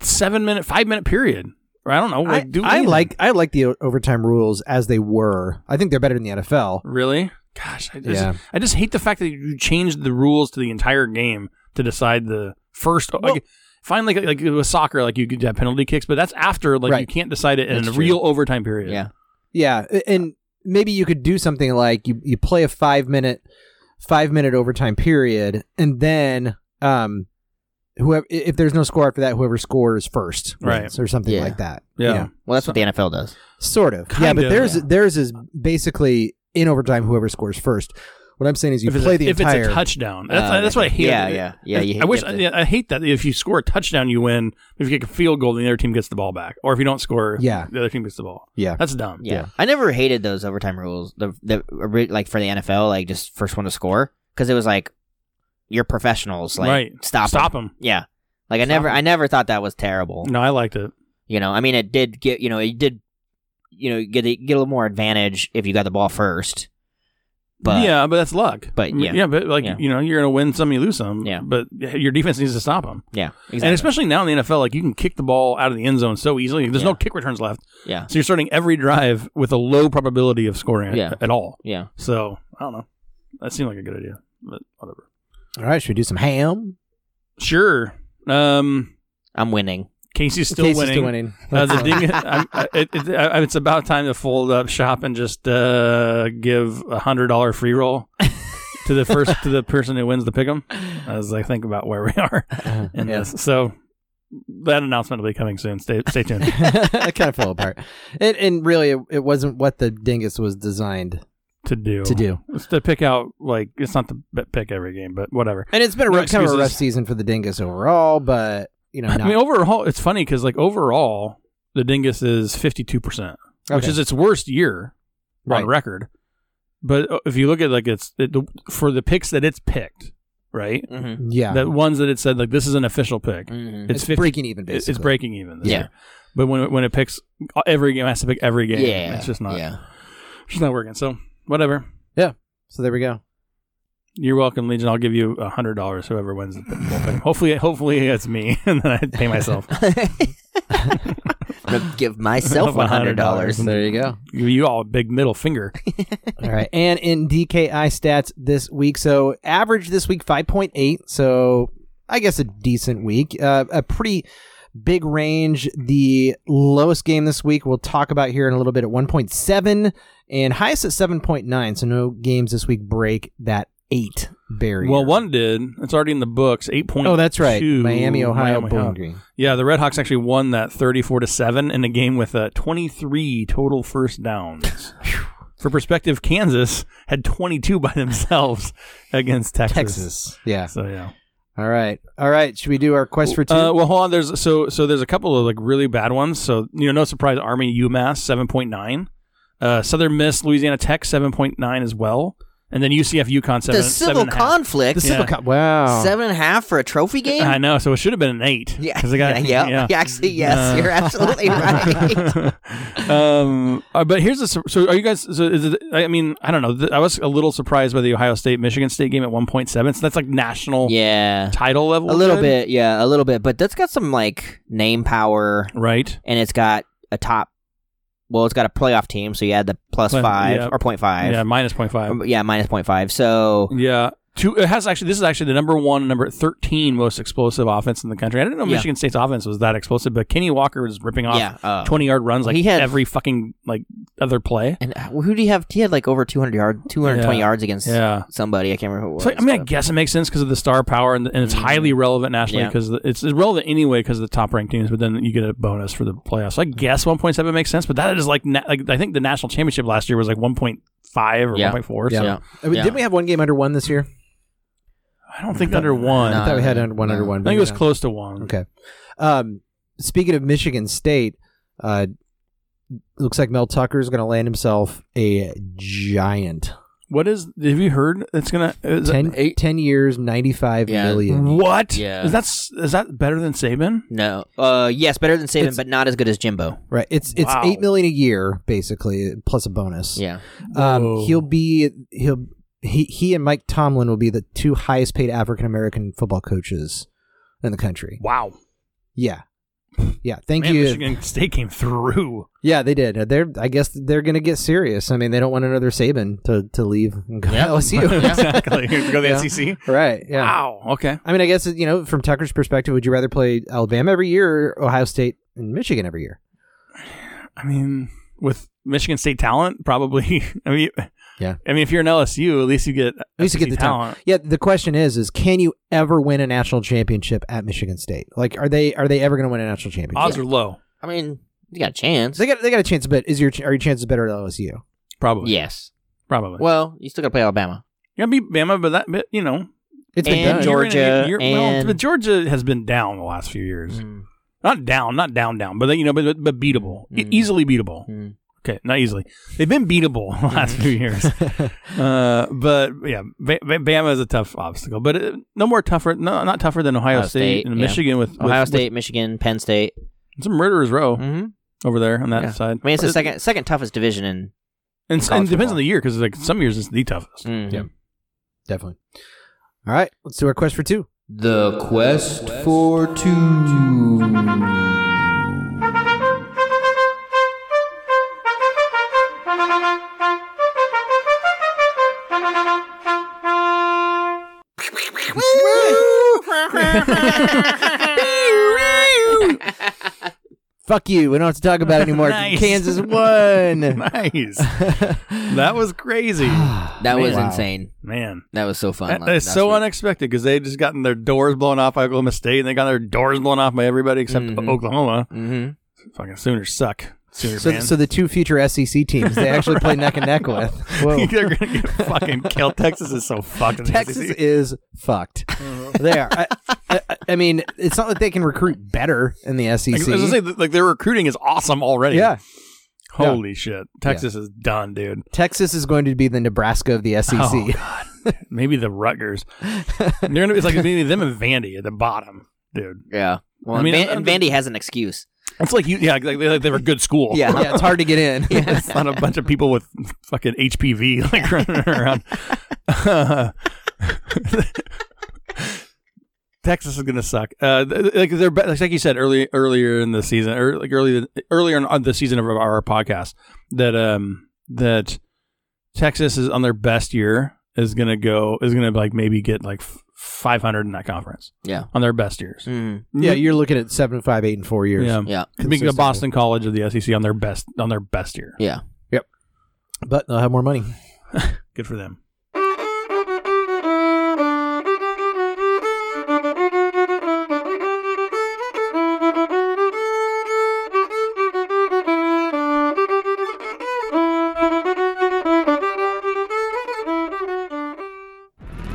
Speaker 4: seven minute, five minute period. Or I don't know. Like,
Speaker 3: I,
Speaker 4: do
Speaker 3: I
Speaker 4: anything.
Speaker 3: like I like the o- overtime rules as they were. I think they're better than the NFL.
Speaker 4: Really? Gosh, I just,
Speaker 3: Yeah.
Speaker 4: I just hate the fact that you changed the rules to the entire game to decide the first. like, fine, like like with soccer, like you could have penalty kicks, but that's after. Like you
Speaker 3: Right.
Speaker 4: can't decide it in
Speaker 2: That's
Speaker 4: a
Speaker 2: true.
Speaker 4: real overtime period.
Speaker 2: Yeah.
Speaker 3: Yeah, a- and maybe you could do something like you you play a five minute five minute overtime period, and then um, whoever i- if there's no score after that, whoever scores first,
Speaker 4: Right.
Speaker 3: wins or something
Speaker 2: Yeah.
Speaker 3: like that.
Speaker 4: Yeah.
Speaker 3: You know,
Speaker 2: Well, that's what the NFL does.
Speaker 3: sort of. yeah,
Speaker 4: Kind
Speaker 3: but
Speaker 4: of,
Speaker 3: theirs
Speaker 4: yeah.
Speaker 3: theirs is basically in overtime whoever scores first. What I'm saying is you
Speaker 4: If, it's,
Speaker 3: play the
Speaker 4: if
Speaker 3: entire.
Speaker 4: it's a touchdown, that's,
Speaker 2: Oh,
Speaker 4: that's what I hate.
Speaker 2: yeah, yeah, yeah,
Speaker 4: I,
Speaker 2: you
Speaker 4: I
Speaker 2: hate-
Speaker 4: wish
Speaker 2: you
Speaker 4: I,
Speaker 2: have to-
Speaker 4: yeah, I hate that. If you score a touchdown, you win. If you get a field goal, the other team gets the ball back. Or if you don't score,
Speaker 3: Yeah.
Speaker 4: the other team gets the ball.
Speaker 3: yeah,
Speaker 4: That's dumb.
Speaker 2: Yeah. I never hated those overtime rules. The the ori- like for the NFL, like just first one to score because it was like you're professionals, like
Speaker 4: Right.
Speaker 2: stop 'em.
Speaker 4: Stop them.
Speaker 2: Yeah. Like I
Speaker 4: Stop
Speaker 2: never
Speaker 4: 'em.
Speaker 2: I never thought that was terrible.
Speaker 4: No, I liked it.
Speaker 2: You know, I mean it did get, you know, it did you know, get a, get a little more advantage if you got the ball first. But
Speaker 4: yeah, but that's luck.
Speaker 2: but yeah.
Speaker 4: yeah, but like
Speaker 2: Yeah.
Speaker 4: you know, you're gonna win some, you lose some.
Speaker 2: Yeah.
Speaker 4: but your defense needs to stop them,
Speaker 2: yeah,
Speaker 4: and
Speaker 2: exactly.
Speaker 4: especially now in the NFL, like you can kick the ball out of the end zone so easily. There's no
Speaker 2: Yeah.
Speaker 4: kick returns left,
Speaker 2: yeah.
Speaker 4: so you're starting every drive with a low probability of scoring
Speaker 2: Yeah.
Speaker 4: at all.
Speaker 2: Yeah.
Speaker 4: So I don't know. That seemed like a good idea, but whatever.
Speaker 3: All right, should we do some ham?
Speaker 4: Sure. Um,
Speaker 2: I'm winning.
Speaker 4: Casey's still
Speaker 3: Casey's
Speaker 4: winning.
Speaker 3: still winning.
Speaker 4: Uh, the ding, I'm, I- it, it, I, it's about time to fold up shop and just uh, give a hundred dollar free roll to the first to the person who wins the pick'em. As I think about where we are in this, so that announcement will be coming soon. Stay stay tuned.
Speaker 3: it kind of fell apart. And, and really, it, it wasn't what the dingus was designed
Speaker 4: to do
Speaker 3: to do.
Speaker 4: It's to pick out like it's not to b- pick every game, but whatever.
Speaker 3: And it's been a
Speaker 4: No
Speaker 3: rough, kind of a rough
Speaker 4: excuses.
Speaker 3: season for the dingus overall, but you know,
Speaker 4: I
Speaker 3: not-
Speaker 4: mean, overall, it's funny because like overall, the Dingus is fifty two percent, which
Speaker 3: Okay.
Speaker 4: is its worst year
Speaker 3: Right.
Speaker 4: on record. But uh, if you look at like it's it, the, for the picks that it's picked, right?
Speaker 2: Mm-hmm.
Speaker 3: yeah,
Speaker 4: The ones that it said like this is an official pick.
Speaker 2: Mm-hmm.
Speaker 3: it's,
Speaker 4: 50
Speaker 3: breaking even.
Speaker 4: it-
Speaker 3: Basically,
Speaker 4: It's breaking even. This
Speaker 2: Yeah.
Speaker 4: Year. But when it, when it picks uh, every game, it has to pick every game.
Speaker 2: Yeah.
Speaker 4: It's just not.
Speaker 2: Yeah.
Speaker 4: It's just not working. So whatever.
Speaker 3: So there we go.
Speaker 4: You're welcome, Legion. I'll give you a hundred dollars. Whoever wins the bowl pick. Hopefully, hopefully it's me, and then I pay myself.
Speaker 2: I'm gonna give myself one hundred dollars.
Speaker 3: There you go.
Speaker 4: Give you all a big middle finger.
Speaker 3: All right, and in DKI stats this week, so average this week five point eight. So I guess a decent week, uh, a pretty big range. The lowest game this week we'll talk about here in a little bit at one point seven, and highest at seven point nine. So no games this week break that eight barrier.
Speaker 4: Well, one did. It's already in the books. Eight point.
Speaker 3: Oh, that's right. Miami, Ohio, Bowling Green.
Speaker 4: Yeah, the Red Hawks actually won that thirty-four to seven in a game with uh, twenty-three total first downs. For perspective, Kansas had twenty-two by themselves against Texas.
Speaker 3: Texas. Yeah.
Speaker 4: So yeah.
Speaker 3: All right. All right. Should we do our quest for two?
Speaker 4: Uh, well, hold on. There's so so. There's a couple of like really bad ones. So you know, no surprise. Army UMass seven point nine. Uh, Southern Miss Louisiana Tech seven point nine as well, and then UCF UConn seven.
Speaker 2: the
Speaker 4: seven
Speaker 2: civil
Speaker 4: and a half.
Speaker 2: conflict.
Speaker 3: the Civil Co- Oh, wow.
Speaker 2: Seven and a half for a trophy game.
Speaker 4: I know. So it should have been an eight.
Speaker 2: yeah.
Speaker 4: 'cause they got-
Speaker 2: yeah, yeah. Uh. Actually, yes, you're absolutely right.
Speaker 4: um, uh, but here's the sur- so are you guys? So is it, I mean, I don't know. Th- I was a little surprised by the Ohio State Michigan State game at 1.7. So that's like national
Speaker 2: yeah.
Speaker 4: title level,
Speaker 2: A little
Speaker 4: good?
Speaker 2: bit, yeah, a little bit. But that's got some like name power
Speaker 4: right?
Speaker 2: and it's got a top well, it's got a playoff team, so you add the plus
Speaker 4: Plus-
Speaker 2: five
Speaker 4: yeah.
Speaker 2: or point five.
Speaker 4: Yeah, minus 0.5.
Speaker 2: Um, yeah, minus point five. So
Speaker 4: Yeah. Two, it has actually. This is actually the number one, number thirteen most explosive offense in the country. I didn't know
Speaker 2: Yeah.
Speaker 4: Michigan State's offense was that explosive, but Kenny Walker was ripping off
Speaker 2: yeah, uh,
Speaker 4: twenty yard runs like
Speaker 2: He had-
Speaker 4: every fucking like other play.
Speaker 2: And uh, who do you have? He had like over 200 yards, 220
Speaker 4: Yeah.
Speaker 2: yards against
Speaker 4: Yeah.
Speaker 2: somebody. I can't remember who it was.
Speaker 4: So I mean, I
Speaker 2: but-
Speaker 4: guess it makes sense because of the star power, and, and it's highly relevant nationally
Speaker 2: Yeah.
Speaker 4: because it's, it's relevant anyway because of the top ranked teams. But then you get a bonus for the playoffs. So I guess 1.7 makes sense, but that is like na- like I think the national championship last year was like 1.5 or
Speaker 2: Yeah.
Speaker 4: 1.4. So
Speaker 2: Yeah.
Speaker 3: Uh, Didn't we have one game under one this year?
Speaker 4: I don't think under one.
Speaker 2: No,
Speaker 3: I thought we had
Speaker 2: no,
Speaker 3: under one
Speaker 2: no.
Speaker 3: under one.
Speaker 4: I think it was
Speaker 3: but-
Speaker 4: close to one.
Speaker 3: Okay. Um, speaking of Michigan State, uh, looks like Mel Tucker is going to land himself a giant.
Speaker 4: What is? Have you heard? It's gonna. Is
Speaker 3: Ten, 10 years, ninety-five
Speaker 2: Yeah.
Speaker 3: million.
Speaker 4: What?
Speaker 2: Yeah.
Speaker 4: Is that s- is that better than Saban?
Speaker 2: No. Uh, yes, better than Saban,
Speaker 3: It's-
Speaker 2: but not as good as Jimbo.
Speaker 3: Right. It's it's
Speaker 4: Wow.
Speaker 3: 8 million a year basically plus a bonus.
Speaker 2: Yeah.
Speaker 3: Um,
Speaker 4: Whoa.
Speaker 3: he'll be he'll he he and Mike Tomlin will be the two highest paid African American football coaches in the country.
Speaker 4: Wow.
Speaker 3: Yeah. Yeah, thank
Speaker 4: Man,
Speaker 3: you.
Speaker 4: Michigan State came through.
Speaker 3: Yeah, they did. Uh, They're I guess they're going to get serious. I mean, they don't want another Saban to to leave and go to LSU.
Speaker 4: exactly. Go to the
Speaker 3: Yeah.
Speaker 4: SEC.
Speaker 3: Right. Yeah.
Speaker 4: Wow. Okay.
Speaker 3: I mean, I guess you know, from Tucker's perspective, would you rather play Alabama every year, or Ohio State and Michigan every year?
Speaker 4: I mean, with Michigan State talent, probably. I mean,
Speaker 3: Yeah.
Speaker 4: I mean, if you're an LSU, at least you get E at
Speaker 3: At least you get the talent. Yeah. The question is, is can you ever win a national championship at Michigan State? Like, are they are they ever going to win a national championship?
Speaker 4: Odds are low,
Speaker 2: I mean, you got a chance.
Speaker 3: They got they got a chance, but is your are your chances better at LSU?
Speaker 4: probably.
Speaker 2: Yes.
Speaker 4: Probably.
Speaker 2: Well, you still got to play Alabama.
Speaker 4: you gotta beat Bama, but that, but, you know,
Speaker 3: It's been
Speaker 2: And
Speaker 3: done.
Speaker 2: George- Uh, Georgia
Speaker 4: you're gonna- you're- well,
Speaker 2: and-
Speaker 4: but Georgia has been down the last few years.
Speaker 2: Mm.
Speaker 4: Not down, not down, down, but they- you know, but but, but beatable, E-
Speaker 2: Mm.
Speaker 4: easily beatable.
Speaker 2: Mm.
Speaker 4: Okay, not easily. They've been beatable the last few years. Uh, but yeah, B- B- Bama is a tough obstacle, but uh, no more tougher, no, not tougher than Ohio,
Speaker 2: Ohio
Speaker 4: State,
Speaker 2: State,
Speaker 4: and
Speaker 2: yeah.
Speaker 4: Michigan with with-
Speaker 2: Ohio
Speaker 4: with
Speaker 2: State, Michigan, Penn State.
Speaker 4: some murderers row
Speaker 2: Mm-hmm.
Speaker 4: over there on that
Speaker 2: Yeah.
Speaker 4: side.
Speaker 2: I mean, it's the
Speaker 4: But-
Speaker 2: second second toughest division in.
Speaker 4: and,
Speaker 2: college
Speaker 4: and it depends
Speaker 2: football.
Speaker 4: on the year because like some years it's the toughest.
Speaker 2: Mm.
Speaker 3: Yeah. Definitely. All right, let's do our quest for two.
Speaker 5: The quest for two.
Speaker 3: Fuck you. We don't have to talk about it anymore.
Speaker 4: Nice.
Speaker 3: Kansas won.
Speaker 4: nice, that was crazy,
Speaker 2: That was
Speaker 3: Wow.
Speaker 2: insane.
Speaker 4: man.
Speaker 2: That was so fun.
Speaker 4: That-
Speaker 2: la-
Speaker 4: That's
Speaker 2: last
Speaker 4: so
Speaker 2: week.
Speaker 4: unexpected because they just gotten their doors blown off by Oklahoma State, and they got their doors blown off by everybody except
Speaker 2: Mhm.
Speaker 4: Oklahoma.
Speaker 2: Mhm.
Speaker 4: Fucking Sooners suck. Sooners,
Speaker 3: So,
Speaker 4: man.
Speaker 3: so the two future SEC teams they actually play neck and neck with. Whoa.
Speaker 4: They're gonna get fucking killed. Texas is so fucking
Speaker 3: Oh. Texas is fucked.
Speaker 4: Uh-huh.
Speaker 3: They are. I, I, I- I mean, it's not that they can recruit better in the
Speaker 4: Like,
Speaker 3: SEC.
Speaker 4: I was gonna say, th- like their recruiting is awesome already.
Speaker 3: yeah,
Speaker 4: Holy shit. Texas is done, dude.
Speaker 3: Texas is going to be the Nebraska of the E SEC.
Speaker 4: Oh, God. maybe the Rutgers. They're gonna be, it's like maybe them and Vandy at the bottom, dude.
Speaker 2: Yeah. Well,
Speaker 4: I mean,
Speaker 2: and, Van-
Speaker 4: I'm-
Speaker 2: and Vandy has an excuse.
Speaker 4: It's like you, yeah, like, they- like they were a good school.
Speaker 2: Yeah.
Speaker 3: yeah, it's hard to get in.
Speaker 4: it's not a bunch of people with fucking HPV like running around. Texas is gonna suck. Uh, th- like they're be- like you said earlier earlier in the season, or like earlier earlier in on the season of our, our podcast that um that Texas is on their best year is gonna go is gonna like maybe get like f- 500 in that conference.
Speaker 2: Yeah.
Speaker 4: on their best years.
Speaker 2: Mm.
Speaker 3: yeah, you're looking at seven, five, eight, and four years.
Speaker 4: yeah.
Speaker 2: Yeah.
Speaker 4: Speaking
Speaker 3: Consistently.
Speaker 4: of Boston College of the SEC on their best on their best year,
Speaker 2: Yeah.
Speaker 3: But they'll have more money.
Speaker 4: good for them.
Speaker 6: Thank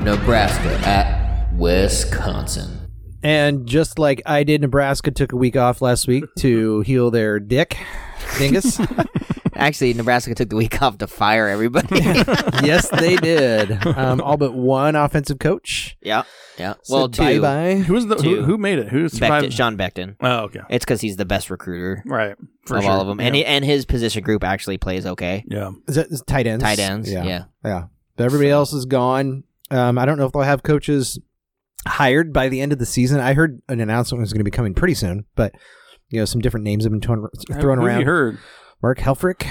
Speaker 5: Nebraska at Wisconsin.
Speaker 3: And just like I did, Nebraska took a week off last week to heal their dick, dingus.
Speaker 2: Actually, Nebraska took the week off to fire everybody.
Speaker 3: yes, they did. Um, all but one offensive coach.
Speaker 2: yeah, yeah. Well,
Speaker 3: bye
Speaker 2: two.
Speaker 3: bye.
Speaker 4: Who was the who,
Speaker 2: Two.
Speaker 4: who made it? Who
Speaker 2: Becton,
Speaker 4: survived?
Speaker 2: Sean Beckton.
Speaker 4: Oh, okay,
Speaker 2: It's because he's the best recruiter
Speaker 4: right. For
Speaker 2: of
Speaker 4: sure.
Speaker 2: all of them, and
Speaker 4: yeah.
Speaker 2: he, and his position group actually plays okay.
Speaker 4: yeah.
Speaker 3: Is that, is it tight ends.
Speaker 2: Tight ends, yeah.
Speaker 3: Yeah. But everybody else is gone. Um, I don't know if they'll have coaches hired by the end of the season. I heard an announcement was going to be coming pretty soon, but you know some different names have been torn, thrown
Speaker 4: Who have
Speaker 3: around.
Speaker 4: You heard
Speaker 3: Mark Helfrich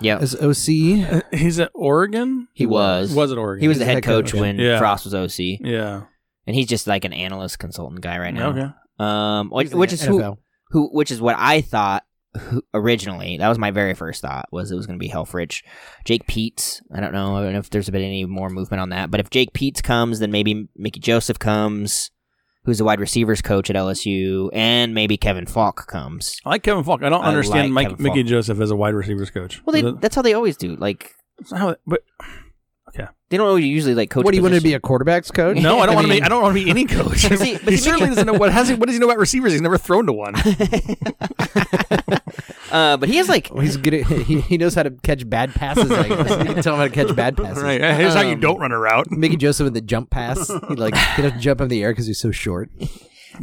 Speaker 2: Yeah,
Speaker 3: as OC.
Speaker 4: he's at Oregon.
Speaker 2: he was.
Speaker 4: Was it Oregon?
Speaker 2: He was the head coach when
Speaker 4: Yeah.
Speaker 2: Frost was OC,
Speaker 4: Yeah.
Speaker 2: and he's just like an analyst consultant guy right now.
Speaker 4: Okay.
Speaker 2: Um,
Speaker 3: He's
Speaker 2: which,
Speaker 3: the
Speaker 2: which is who,
Speaker 3: NFL.
Speaker 2: who which is what I thought who- originally. That was my very first thought was it was going to be Helfrich, Jake Peets. I don't know, I don't know if there's been any more movement on that, but if Jake Peets comes, then maybe Mickey Joseph comes, who's the wide receivers coach at LSU, and maybe Kevin Falk comes.
Speaker 4: I like Kevin Falk. I don't
Speaker 2: I like
Speaker 4: understand Mike,
Speaker 2: Kevin
Speaker 4: Mickey
Speaker 2: Falk.
Speaker 4: Joseph as a wide receivers coach.
Speaker 2: Well, they,
Speaker 4: Is it-
Speaker 2: that's how they always do. Like
Speaker 4: that's how it- but
Speaker 2: they don't always usually like coach.
Speaker 3: What do you want to
Speaker 2: position.
Speaker 3: be a quarterback's coach?
Speaker 4: no, I don't want to
Speaker 2: mean-
Speaker 4: be. I don't want to be any coach.
Speaker 2: But see- but
Speaker 4: he
Speaker 2: see,
Speaker 4: certainly
Speaker 2: Mickey-
Speaker 4: doesn't know what has he, what does he know about receivers. He's never thrown to one.
Speaker 2: Uh, but he has like
Speaker 3: Well, He's good. At, he, he knows how to catch bad passes. I guess. You can tell him how to catch bad passes.
Speaker 4: right. Here's how you
Speaker 2: Um,
Speaker 4: don't run a route.
Speaker 3: Mickey Joseph with the jump pass. He like he doesn't jump in the air because he's so short.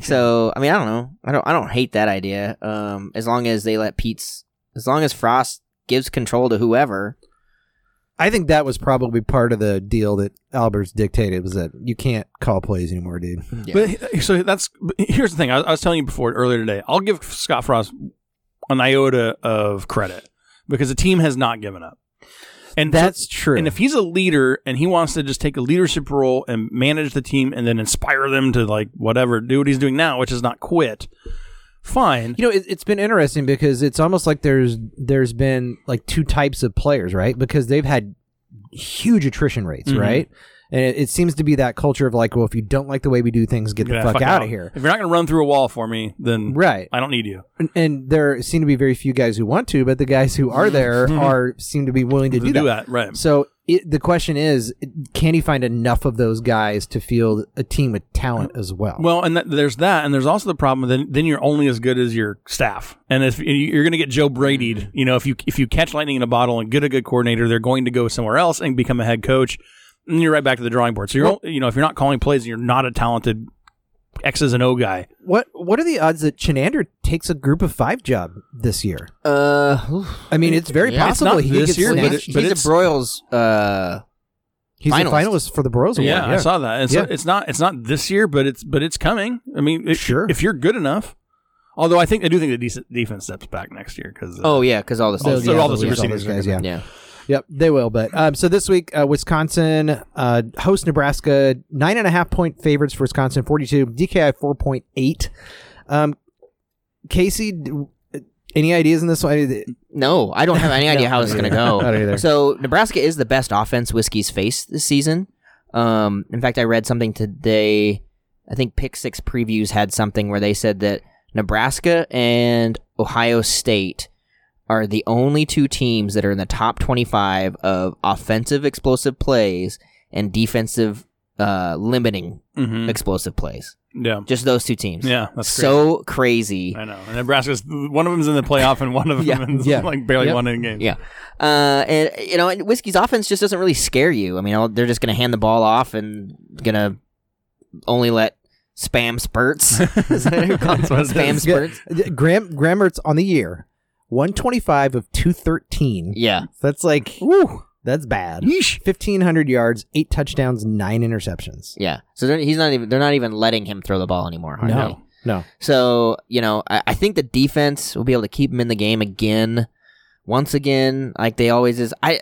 Speaker 2: So I mean, I don't know. I don't. I don't hate that idea. Um, as long as they let Pete's, as long as Frost gives control to whoever.
Speaker 3: I think that was probably part of the deal that Alberts dictated was that you can't call plays anymore, dude.
Speaker 4: But he- so that's but here's the thing. I, I was telling you before earlier today. I'll give Scott Frost an iota of credit because the team has not given up. And so-
Speaker 3: That's true.
Speaker 4: And if he's a leader and he wants to just take a leadership role and manage the team and then inspire them to like whatever, do what he's doing now, which is not quit, fine.
Speaker 3: you know, it, it's been interesting because it's almost like there's there's been like two types of players, right? Because they've had huge attrition rates,
Speaker 4: Mhm.
Speaker 3: right? And it, it seems to be that culture of like, well, if you don't like the way we do things, get the
Speaker 4: Yeah,
Speaker 3: fuck, out of here,
Speaker 4: If you're not going to run through a wall for me, then
Speaker 3: right?
Speaker 4: I don't need you.
Speaker 3: And- and there seem to be very few guys who want to, but the guys who
Speaker 4: Mm-hmm.
Speaker 3: are there are seem to be willing to
Speaker 4: To
Speaker 3: do that.
Speaker 4: right?
Speaker 3: So it, the question is, can he find enough of those guys to field a team with talent as well?
Speaker 4: Well, and that, there's that, and there's also the problem. Then, then you're only as good as your staff, and if you're going to get Joe
Speaker 3: Mm.
Speaker 4: Brady'd, you know, if you if you catch lightning in a bottle and get a good coordinator, they're going to go somewhere else and become a head coach, and you're right back to the drawing board. So you're, all- you know, if you're not calling plays, and you're not a talented X's and O guy.
Speaker 3: what what are the odds that Chenander takes a Group of Five job this year?
Speaker 2: Uh, oof.
Speaker 3: I mean, it's very
Speaker 2: Yeah, it's
Speaker 3: possible
Speaker 4: not
Speaker 3: he
Speaker 4: this
Speaker 3: gets
Speaker 4: year, but
Speaker 3: snatched.
Speaker 4: it-
Speaker 2: he's
Speaker 4: but
Speaker 2: a
Speaker 4: it's-
Speaker 2: Broyles. Uh,
Speaker 3: he's a
Speaker 2: finalist.
Speaker 3: finalist for the Bros Award.
Speaker 4: Yeah,
Speaker 3: Yeah,
Speaker 4: I saw that. It's,
Speaker 3: Yeah.
Speaker 4: it's not it's not this year, but it's but it's coming. I mean, if,
Speaker 3: Sure.
Speaker 4: if you're good enough. Although I think I do think the decent defense steps back next year because
Speaker 2: oh yeah, because all this.
Speaker 3: So,
Speaker 2: Oh,
Speaker 4: So
Speaker 3: yeah,
Speaker 4: all the
Speaker 3: those
Speaker 4: super
Speaker 3: guys,
Speaker 4: seniors are
Speaker 3: guys,
Speaker 4: gonna-
Speaker 3: yeah.
Speaker 2: yeah.
Speaker 3: Yep, they will. But um, so this week, uh, Wisconsin uh, host Nebraska, nine and a half point favorites for Wisconsin, forty-two. DKI four point eight. Um, Casey, d- any ideas in this one? I mean,
Speaker 2: No, I don't have any idea how this is going to go.
Speaker 3: I don't either.
Speaker 2: So Nebraska is the best offense Whiskey's faced this season. Um, in fact, I read something today. I think Pick Six previews had something where they said that Nebraska and Ohio State are the only two teams that are in the top twenty-five of offensive explosive plays and defensive uh, limiting
Speaker 4: Mhm.
Speaker 2: explosive plays.
Speaker 4: yeah,
Speaker 2: Just those two teams.
Speaker 4: yeah, that's great.
Speaker 2: so crazy.
Speaker 4: I know. And Nebraska's one of them's in the playoff, and one of them is
Speaker 3: yeah.
Speaker 4: like barely
Speaker 3: Yep.
Speaker 4: won in games.
Speaker 2: Yeah. Uh, and you know, and Whiskey's offense just doesn't really scare you. I mean, all- they're just going to hand the ball off and going to only let spam spurts. Is that what you call it?
Speaker 4: That's what it
Speaker 2: spam
Speaker 4: is.
Speaker 2: spurts.
Speaker 3: Graham Grammert's on the year, one twenty-five of two thirteen.
Speaker 2: Yeah.
Speaker 3: So that's like, that's bad. Fifteen hundred yards, eight touchdowns, nine interceptions.
Speaker 2: Yeah. So they're, he's not even they're not even letting him throw the ball anymore. hardly.
Speaker 3: No, no.
Speaker 2: So, you know, I, I think the defense will be able to keep him in the game again. Once again, like they always is. I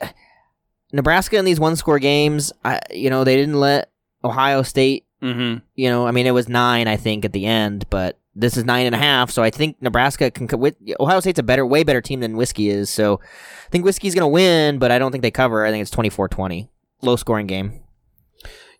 Speaker 2: Nebraska in these one score games, I you know, they didn't let Ohio State
Speaker 4: Mm-hmm.
Speaker 2: you know, I mean, it was nine, I think, at the end, but this is nine and a half. So I think Nebraska can. co- With, Ohio State's a better, way better team than Whiskey is. So I think Whiskey's going to win, but I don't think they cover. I think it's 24 20. Low scoring game.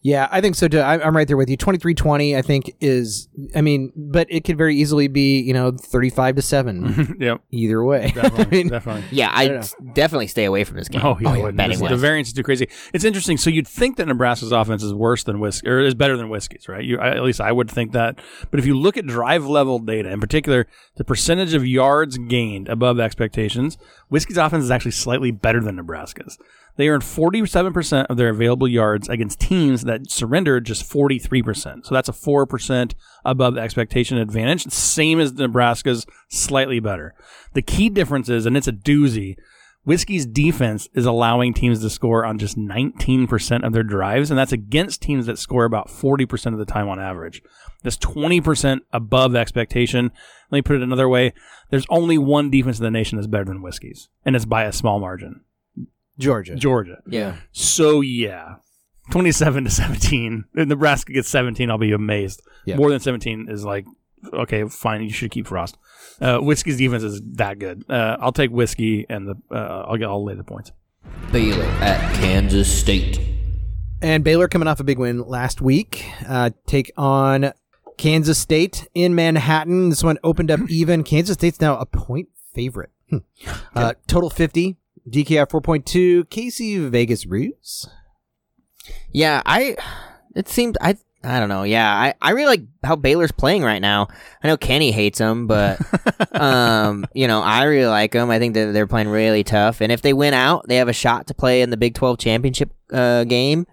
Speaker 3: Yeah, I think so too. I- I'm right there with you. 2320, I think, is, I mean, but it could very easily be, you know, 35 to 7,
Speaker 4: yep.
Speaker 3: either way. I
Speaker 4: Mm-hmm.
Speaker 3: mean,
Speaker 4: Definitely.
Speaker 2: Yeah, I definitely stay away from this game.
Speaker 4: Oh, yeah, I wouldn't.
Speaker 2: betting
Speaker 4: This- the
Speaker 2: wise.
Speaker 4: variance is too crazy. It's interesting. So you'd think that Nebraska's offense is worse than whiskey, or is better than whiskey's, right? You, I- at least I would think that. But if you look at drive level data, in particular, the percentage of yards gained above expectations, whiskey's offense is actually slightly better than Nebraska's. They earned 47% of their available yards against teams that surrendered just 43%. So that's a 4% above the expectation advantage, same as Nebraska's, slightly better. The key difference is, and it's a doozy, Whiskey's defense is allowing teams to score on just 19% of their drives, and that's against teams that score about 40% of the time on average. That's 20% above expectation. Let me put it another way there's only one defense in the nation that's better than Whiskey's, and it's by a small margin
Speaker 3: Georgia.
Speaker 4: Georgia.
Speaker 2: yeah.
Speaker 4: So, yeah. 27 to 17. If Nebraska gets 17, I'll be amazed.
Speaker 3: Yeah.
Speaker 4: More than 17 is like, okay, fine, you should keep Frost. Uh, Whiskey's defense is that good. Uh, I'll take Whiskey, and the uh, I'll, get, I'll lay the points.
Speaker 5: Baylor at Kansas State.
Speaker 3: And Baylor coming off a big win last week. Uh, take on Kansas State in Manhattan. This one opened up even. Kansas State's now a point favorite. Hmm. Uh, total 50. DKR 4.2. KC Vegas Ruse.
Speaker 2: Yeah, I. It seems I. I don't know. Yeah, I, I really like how Baylor's playing right now. I know Kenny hates them, but
Speaker 4: Uh,
Speaker 2: um, you know I really like them. I think that they're playing really tough, and if they win out, they have a shot to play in the Big Twelve championship uh, game.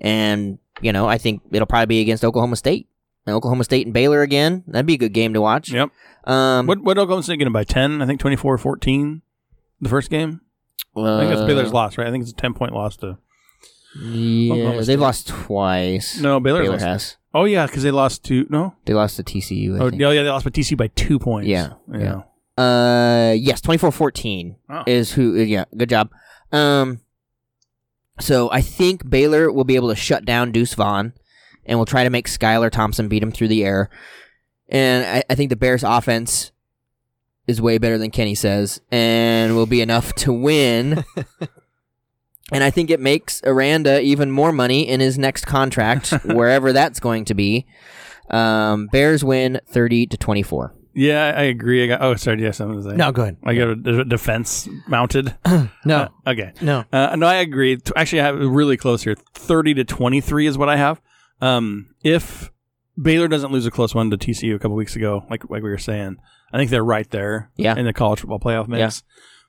Speaker 2: And you know I think it'll probably be against Oklahoma State. And Oklahoma State and Baylor again. That'd be a good game to watch.
Speaker 4: Yep.
Speaker 2: Um,
Speaker 4: What what Oklahoma State getting by ten? I think 24-14 The first game. I think that's
Speaker 2: uh,
Speaker 4: Baylor's loss, right? I think it's a ten point loss to. Oklahoma
Speaker 2: Yeah,
Speaker 4: State.
Speaker 2: they've lost twice.
Speaker 4: No, Baylor's
Speaker 2: Baylor
Speaker 4: lost.
Speaker 2: has.
Speaker 4: Oh yeah, because they lost to no.
Speaker 2: They lost to TCU. I
Speaker 4: Oh
Speaker 2: think.
Speaker 4: yeah, yeah, they lost by TCU by two points.
Speaker 2: Yeah,
Speaker 4: yeah.
Speaker 2: yeah. Uh, yes, twenty four fourteen
Speaker 4: Oh.
Speaker 2: is who. Yeah, good job. Um, so I think Baylor will be able to shut down Deuce Vaughn, and will try to make Skylar Thompson beat him through the air. And I, I think the Bears' offense is way better than Kenny says, and will be enough to win. and I think it makes Aranda even more money in his next contract, wherever that's going to be. Um, Bears win thirty to twenty four.
Speaker 4: Yeah, I agree. I got. Oh, sorry. Yeah, something to say.
Speaker 3: No, go ahead.
Speaker 4: I got a d- defense mounted.
Speaker 3: No,
Speaker 4: Uh, okay.
Speaker 3: no.
Speaker 4: Uh, no, I agree. T- Actually, I have really close here. Thirty to twenty-three is what I have. Um, if Baylor doesn't lose a close one to TCU a couple weeks ago, like like we were saying, I think they're right there.
Speaker 2: Yeah.
Speaker 4: in the college football playoff mix.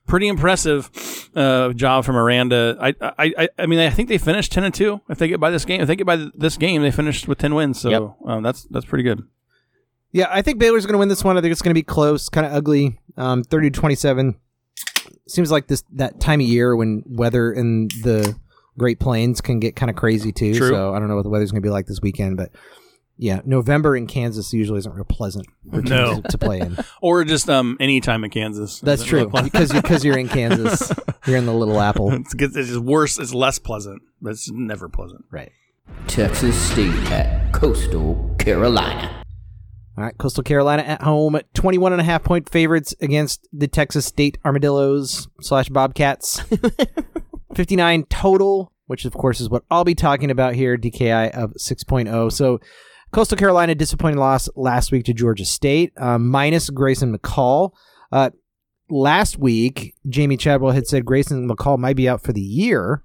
Speaker 4: Pretty impressive uh, job from Miranda. I, I I I mean, I think they finished ten and two. If they get by this game, if they get by th- this game, they finished with ten wins. So
Speaker 2: Yep.
Speaker 4: um, that's that's pretty good.
Speaker 3: Yeah, I think Baylor's going to win this one. I think it's going to be close, kind of ugly. Um, thirty to twenty-seven. Seems like this that time of year when weather in the Great Plains can get kind of crazy too.
Speaker 4: True.
Speaker 3: So I don't know what the weather's going to be like this weekend, but yeah, November in Kansas usually isn't real pleasant for teams
Speaker 4: No.
Speaker 3: to, to play in.
Speaker 4: Or just um, any time in Kansas.
Speaker 3: That's
Speaker 4: Doesn't
Speaker 3: true
Speaker 4: look like-
Speaker 3: because because you're in Kansas, you're in the Little Apple,
Speaker 4: It's, it's just worse. It's less pleasant. But it's never pleasant.
Speaker 3: right?
Speaker 5: Texas State at Coastal Carolina.
Speaker 3: All right, Coastal Carolina at home, 21 and a half point favorites against the Texas State Armadillos slash Bobcats. 59 total, which of course is what I'll be talking about here, DKI of 6.0. So Coastal Carolina disappointing loss last week to Georgia State, uh, minus Grayson McCall. Uh, last week, Jamie Chadwell had said Grayson McCall might be out for the year,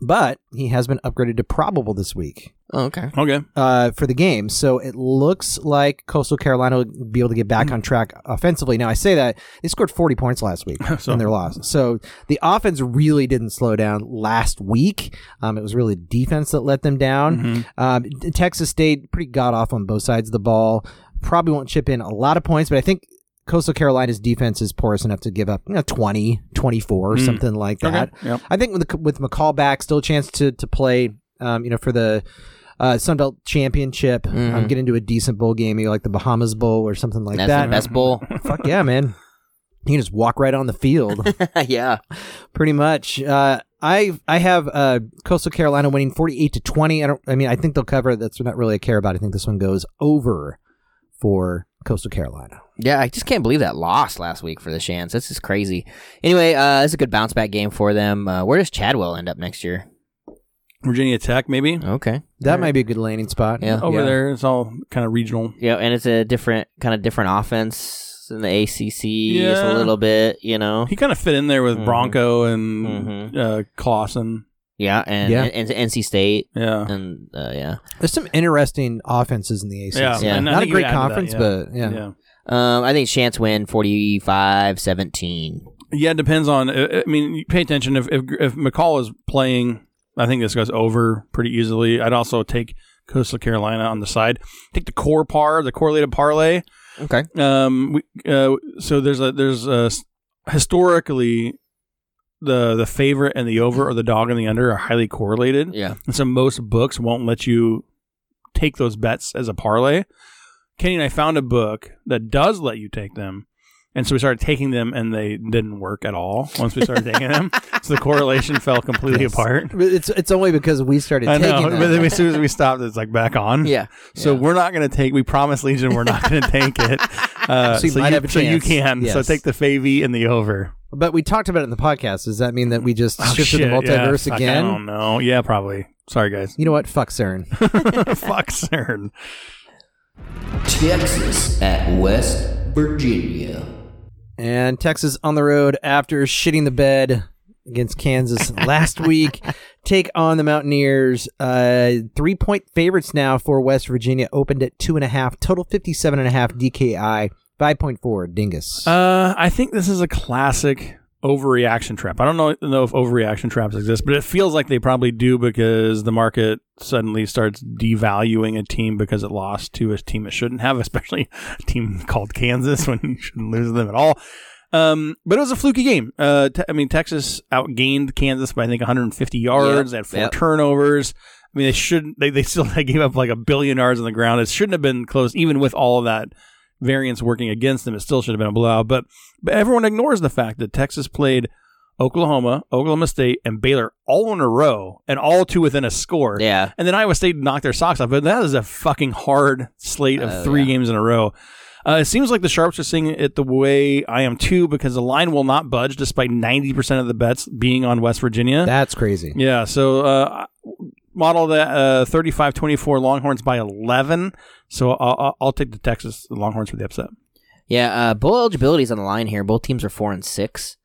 Speaker 3: but he has been upgraded to probable this week
Speaker 2: Oh, okay.
Speaker 4: Okay.
Speaker 3: uh, for the game. So it looks like Coastal Carolina will be able to get back on track offensively. Now I say that they scored 40 points last week
Speaker 4: So-
Speaker 3: in their loss. So the offense really didn't slow down last week. Um, it was really defense that let them down.
Speaker 4: Mm-hmm.
Speaker 3: Um, T- Texas State pretty got off on both sides of the ball. Probably won't chip in a lot of points, but I think Coastal Carolina's defense is porous enough to give up you know, 20, 24, something like that.
Speaker 4: Yep.
Speaker 3: I think with, with McCall back, still a chance to to play. Um, you know, for the uh, Sunbelt Championship, um, get into a decent bowl game, maybe like the Bahamas Bowl or something like
Speaker 2: Mm-hmm. That's
Speaker 3: that.
Speaker 2: the best bowl.
Speaker 3: Fuck yeah, man! You can just walk right on the field,
Speaker 2: yeah.
Speaker 3: pretty much. Uh, I I have uh, Coastal Carolina winning forty eight to twenty. I don't. I mean, I think they'll cover. it. That's not really a care about. I think this one goes over for Coastal Carolina.
Speaker 2: Yeah, I just can't believe that loss last week for the Shans. This is crazy. Anyway, uh, it's a good bounce back game for them. Uh, where does Chadwell end up next year?
Speaker 4: Virginia Tech, maybe.
Speaker 2: Okay.
Speaker 3: That might be a good landing spot.
Speaker 2: Uh, Yeah.
Speaker 4: Over
Speaker 3: Yeah.
Speaker 4: there, it's all kind of regional.
Speaker 2: Yeah, and it's a different kind of different offense in the ACC. It's
Speaker 4: Yeah.
Speaker 2: a little bit, you know.
Speaker 4: He kind of fit in there with
Speaker 2: Mhm.
Speaker 4: Bronco and
Speaker 2: Mhm.
Speaker 4: uh, Clausen.
Speaker 2: Yeah, and,
Speaker 3: Yeah.
Speaker 2: and, and NC State
Speaker 4: Yeah.
Speaker 2: and uh, yeah.
Speaker 3: There's some interesting offenses in the ACC.
Speaker 4: Yeah.
Speaker 2: Yeah.
Speaker 4: and I
Speaker 3: Not a
Speaker 4: think you
Speaker 3: great
Speaker 4: add to that,
Speaker 3: conference,
Speaker 4: yeah.
Speaker 3: but yeah.
Speaker 4: yeah.
Speaker 2: Um, I think Chance win 45-17.
Speaker 4: Yeah, it depends on. uh, I I mean, you pay attention. If, if if McCall is playing, I think this goes over pretty easily. I'd also take Coastal Carolina on the side. Take the core par, the correlated parlay.
Speaker 2: Okay.
Speaker 4: Um. We, uh, so there's a there's a s- historically the the favorite and the over or the dog and the under are highly correlated.
Speaker 2: Yeah.
Speaker 4: And so most books won't let you take those bets as a parlay. Kenny and I found a book that does let you take them. And so we started taking them and they didn't work at all once we started taking them. So the correlation fell completely
Speaker 3: Yes.
Speaker 4: apart.
Speaker 3: But It's it's only because we started
Speaker 4: I
Speaker 3: taking
Speaker 4: know.
Speaker 3: them.
Speaker 4: But then as soon as we stopped, it's like back on.
Speaker 2: Yeah.
Speaker 4: So
Speaker 2: Yeah.
Speaker 4: we're not going to take, we promised Legion we're not going to take it. Uh,
Speaker 3: So you might have a
Speaker 4: so you
Speaker 3: chance.
Speaker 4: can. So
Speaker 3: Yes.
Speaker 4: take the Favy and the over.
Speaker 3: But we talked about it in the podcast. Does that mean that we just
Speaker 4: Oh,
Speaker 3: shifted
Speaker 4: shit,
Speaker 3: the multiverse
Speaker 4: yeah. Fuck,
Speaker 3: again?
Speaker 4: I don't know. Yeah, probably. Sorry, guys.
Speaker 3: You know what? Fuck CERN.
Speaker 4: Fuck CERN.
Speaker 5: Texas at West Virginia.
Speaker 3: and Texas on the road after shitting the bed against Kansas last week. Take on the Mountaineers. Uh, three point favorites now for West Virginia. Opened at two and a half. Total fifty-seven and a half. DKI. 5.4 Dingus.
Speaker 4: Uh, I think this is a classic overreaction trap. I don't know, know if overreaction traps exist, but it feels like they probably do because the market suddenly starts devaluing a team because it lost to a team it shouldn't have, especially a team called Kansas when you shouldn't lose to them at all. Um, but it was a fluky game. Uh, te- I mean, Texas outgained Kansas by I think 150 yards. They had four
Speaker 2: yep.
Speaker 4: turnovers. I mean, they shouldn't. They, they still they gave up like a billion yards on the ground. It shouldn't have been close, even with all of that variance working against them. It still should have been a blowout. But but everyone ignores the fact that Texas played Oklahoma, Oklahoma State, and Baylor all in a row, and all two within a score.
Speaker 2: Yeah.
Speaker 4: And then Iowa State knocked their socks off. But that is a fucking hard slate of
Speaker 2: Oh,
Speaker 4: three
Speaker 2: yeah.
Speaker 4: games in a row. Uh, it seems like the Sharps are seeing it the way I am too, because the line will not budge despite 90% of the bets being on West Virginia.
Speaker 3: That's crazy.
Speaker 4: yeah, so uh, model that uh, 35-24 Longhorns by 11. So I'll, I'll- I'll take the Texas Longhorns for the upset.
Speaker 2: Yeah, uh, bowl eligibility is on the line here. Both teams are four and six,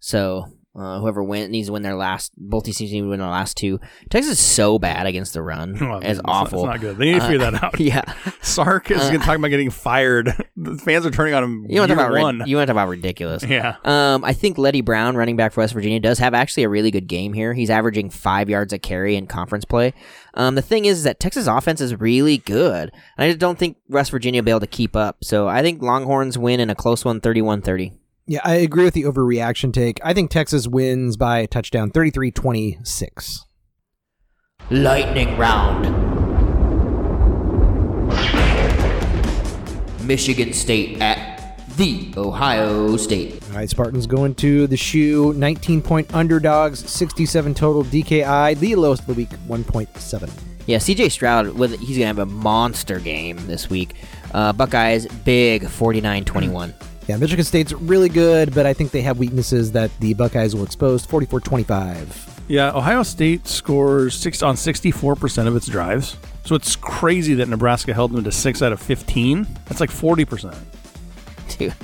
Speaker 2: so uh, whoever win needs to win their last. Both teams need to win their last two. Texas is so bad against the run;
Speaker 4: Well,
Speaker 2: it's
Speaker 4: not-
Speaker 2: awful.
Speaker 4: It's not good. They need to figure
Speaker 2: Uh,
Speaker 4: that out.
Speaker 2: yeah,
Speaker 4: Sark is going to talk about getting fired. The fans are turning on him.
Speaker 2: you want
Speaker 4: year
Speaker 2: to talk about
Speaker 4: one.
Speaker 2: rid- you want to talk about ridiculous.
Speaker 4: yeah.
Speaker 2: Um, I think Letty Brown, running back for West Virginia, does have actually a really good game here. He's averaging five yards a carry in conference play. Um, the thing is that Texas offense is really good. I just don't think West Virginia will be able to keep up. So I think Longhorns win in a close one, 31-30.
Speaker 3: Yeah, I agree with the overreaction take. I think Texas wins by a touchdown 33 26.
Speaker 5: Lightning round. Michigan State at the Ohio State.
Speaker 3: All right, Spartans going to the shoe. 19 point underdogs, 67 total DKI. The lowest of the week, 1.7.
Speaker 2: Yeah, CJ Stroud, with he's going to have a monster game this week. Uh, Buckeyes, big 49-21.
Speaker 3: Yeah, Michigan State's really good, but I think they have weaknesses that the Buckeyes will expose. 44-25.
Speaker 4: Yeah. Ohio State scores six on 64% of its drives. So it's crazy that Nebraska held them to six out of 15. That's like 40%.
Speaker 2: Dude,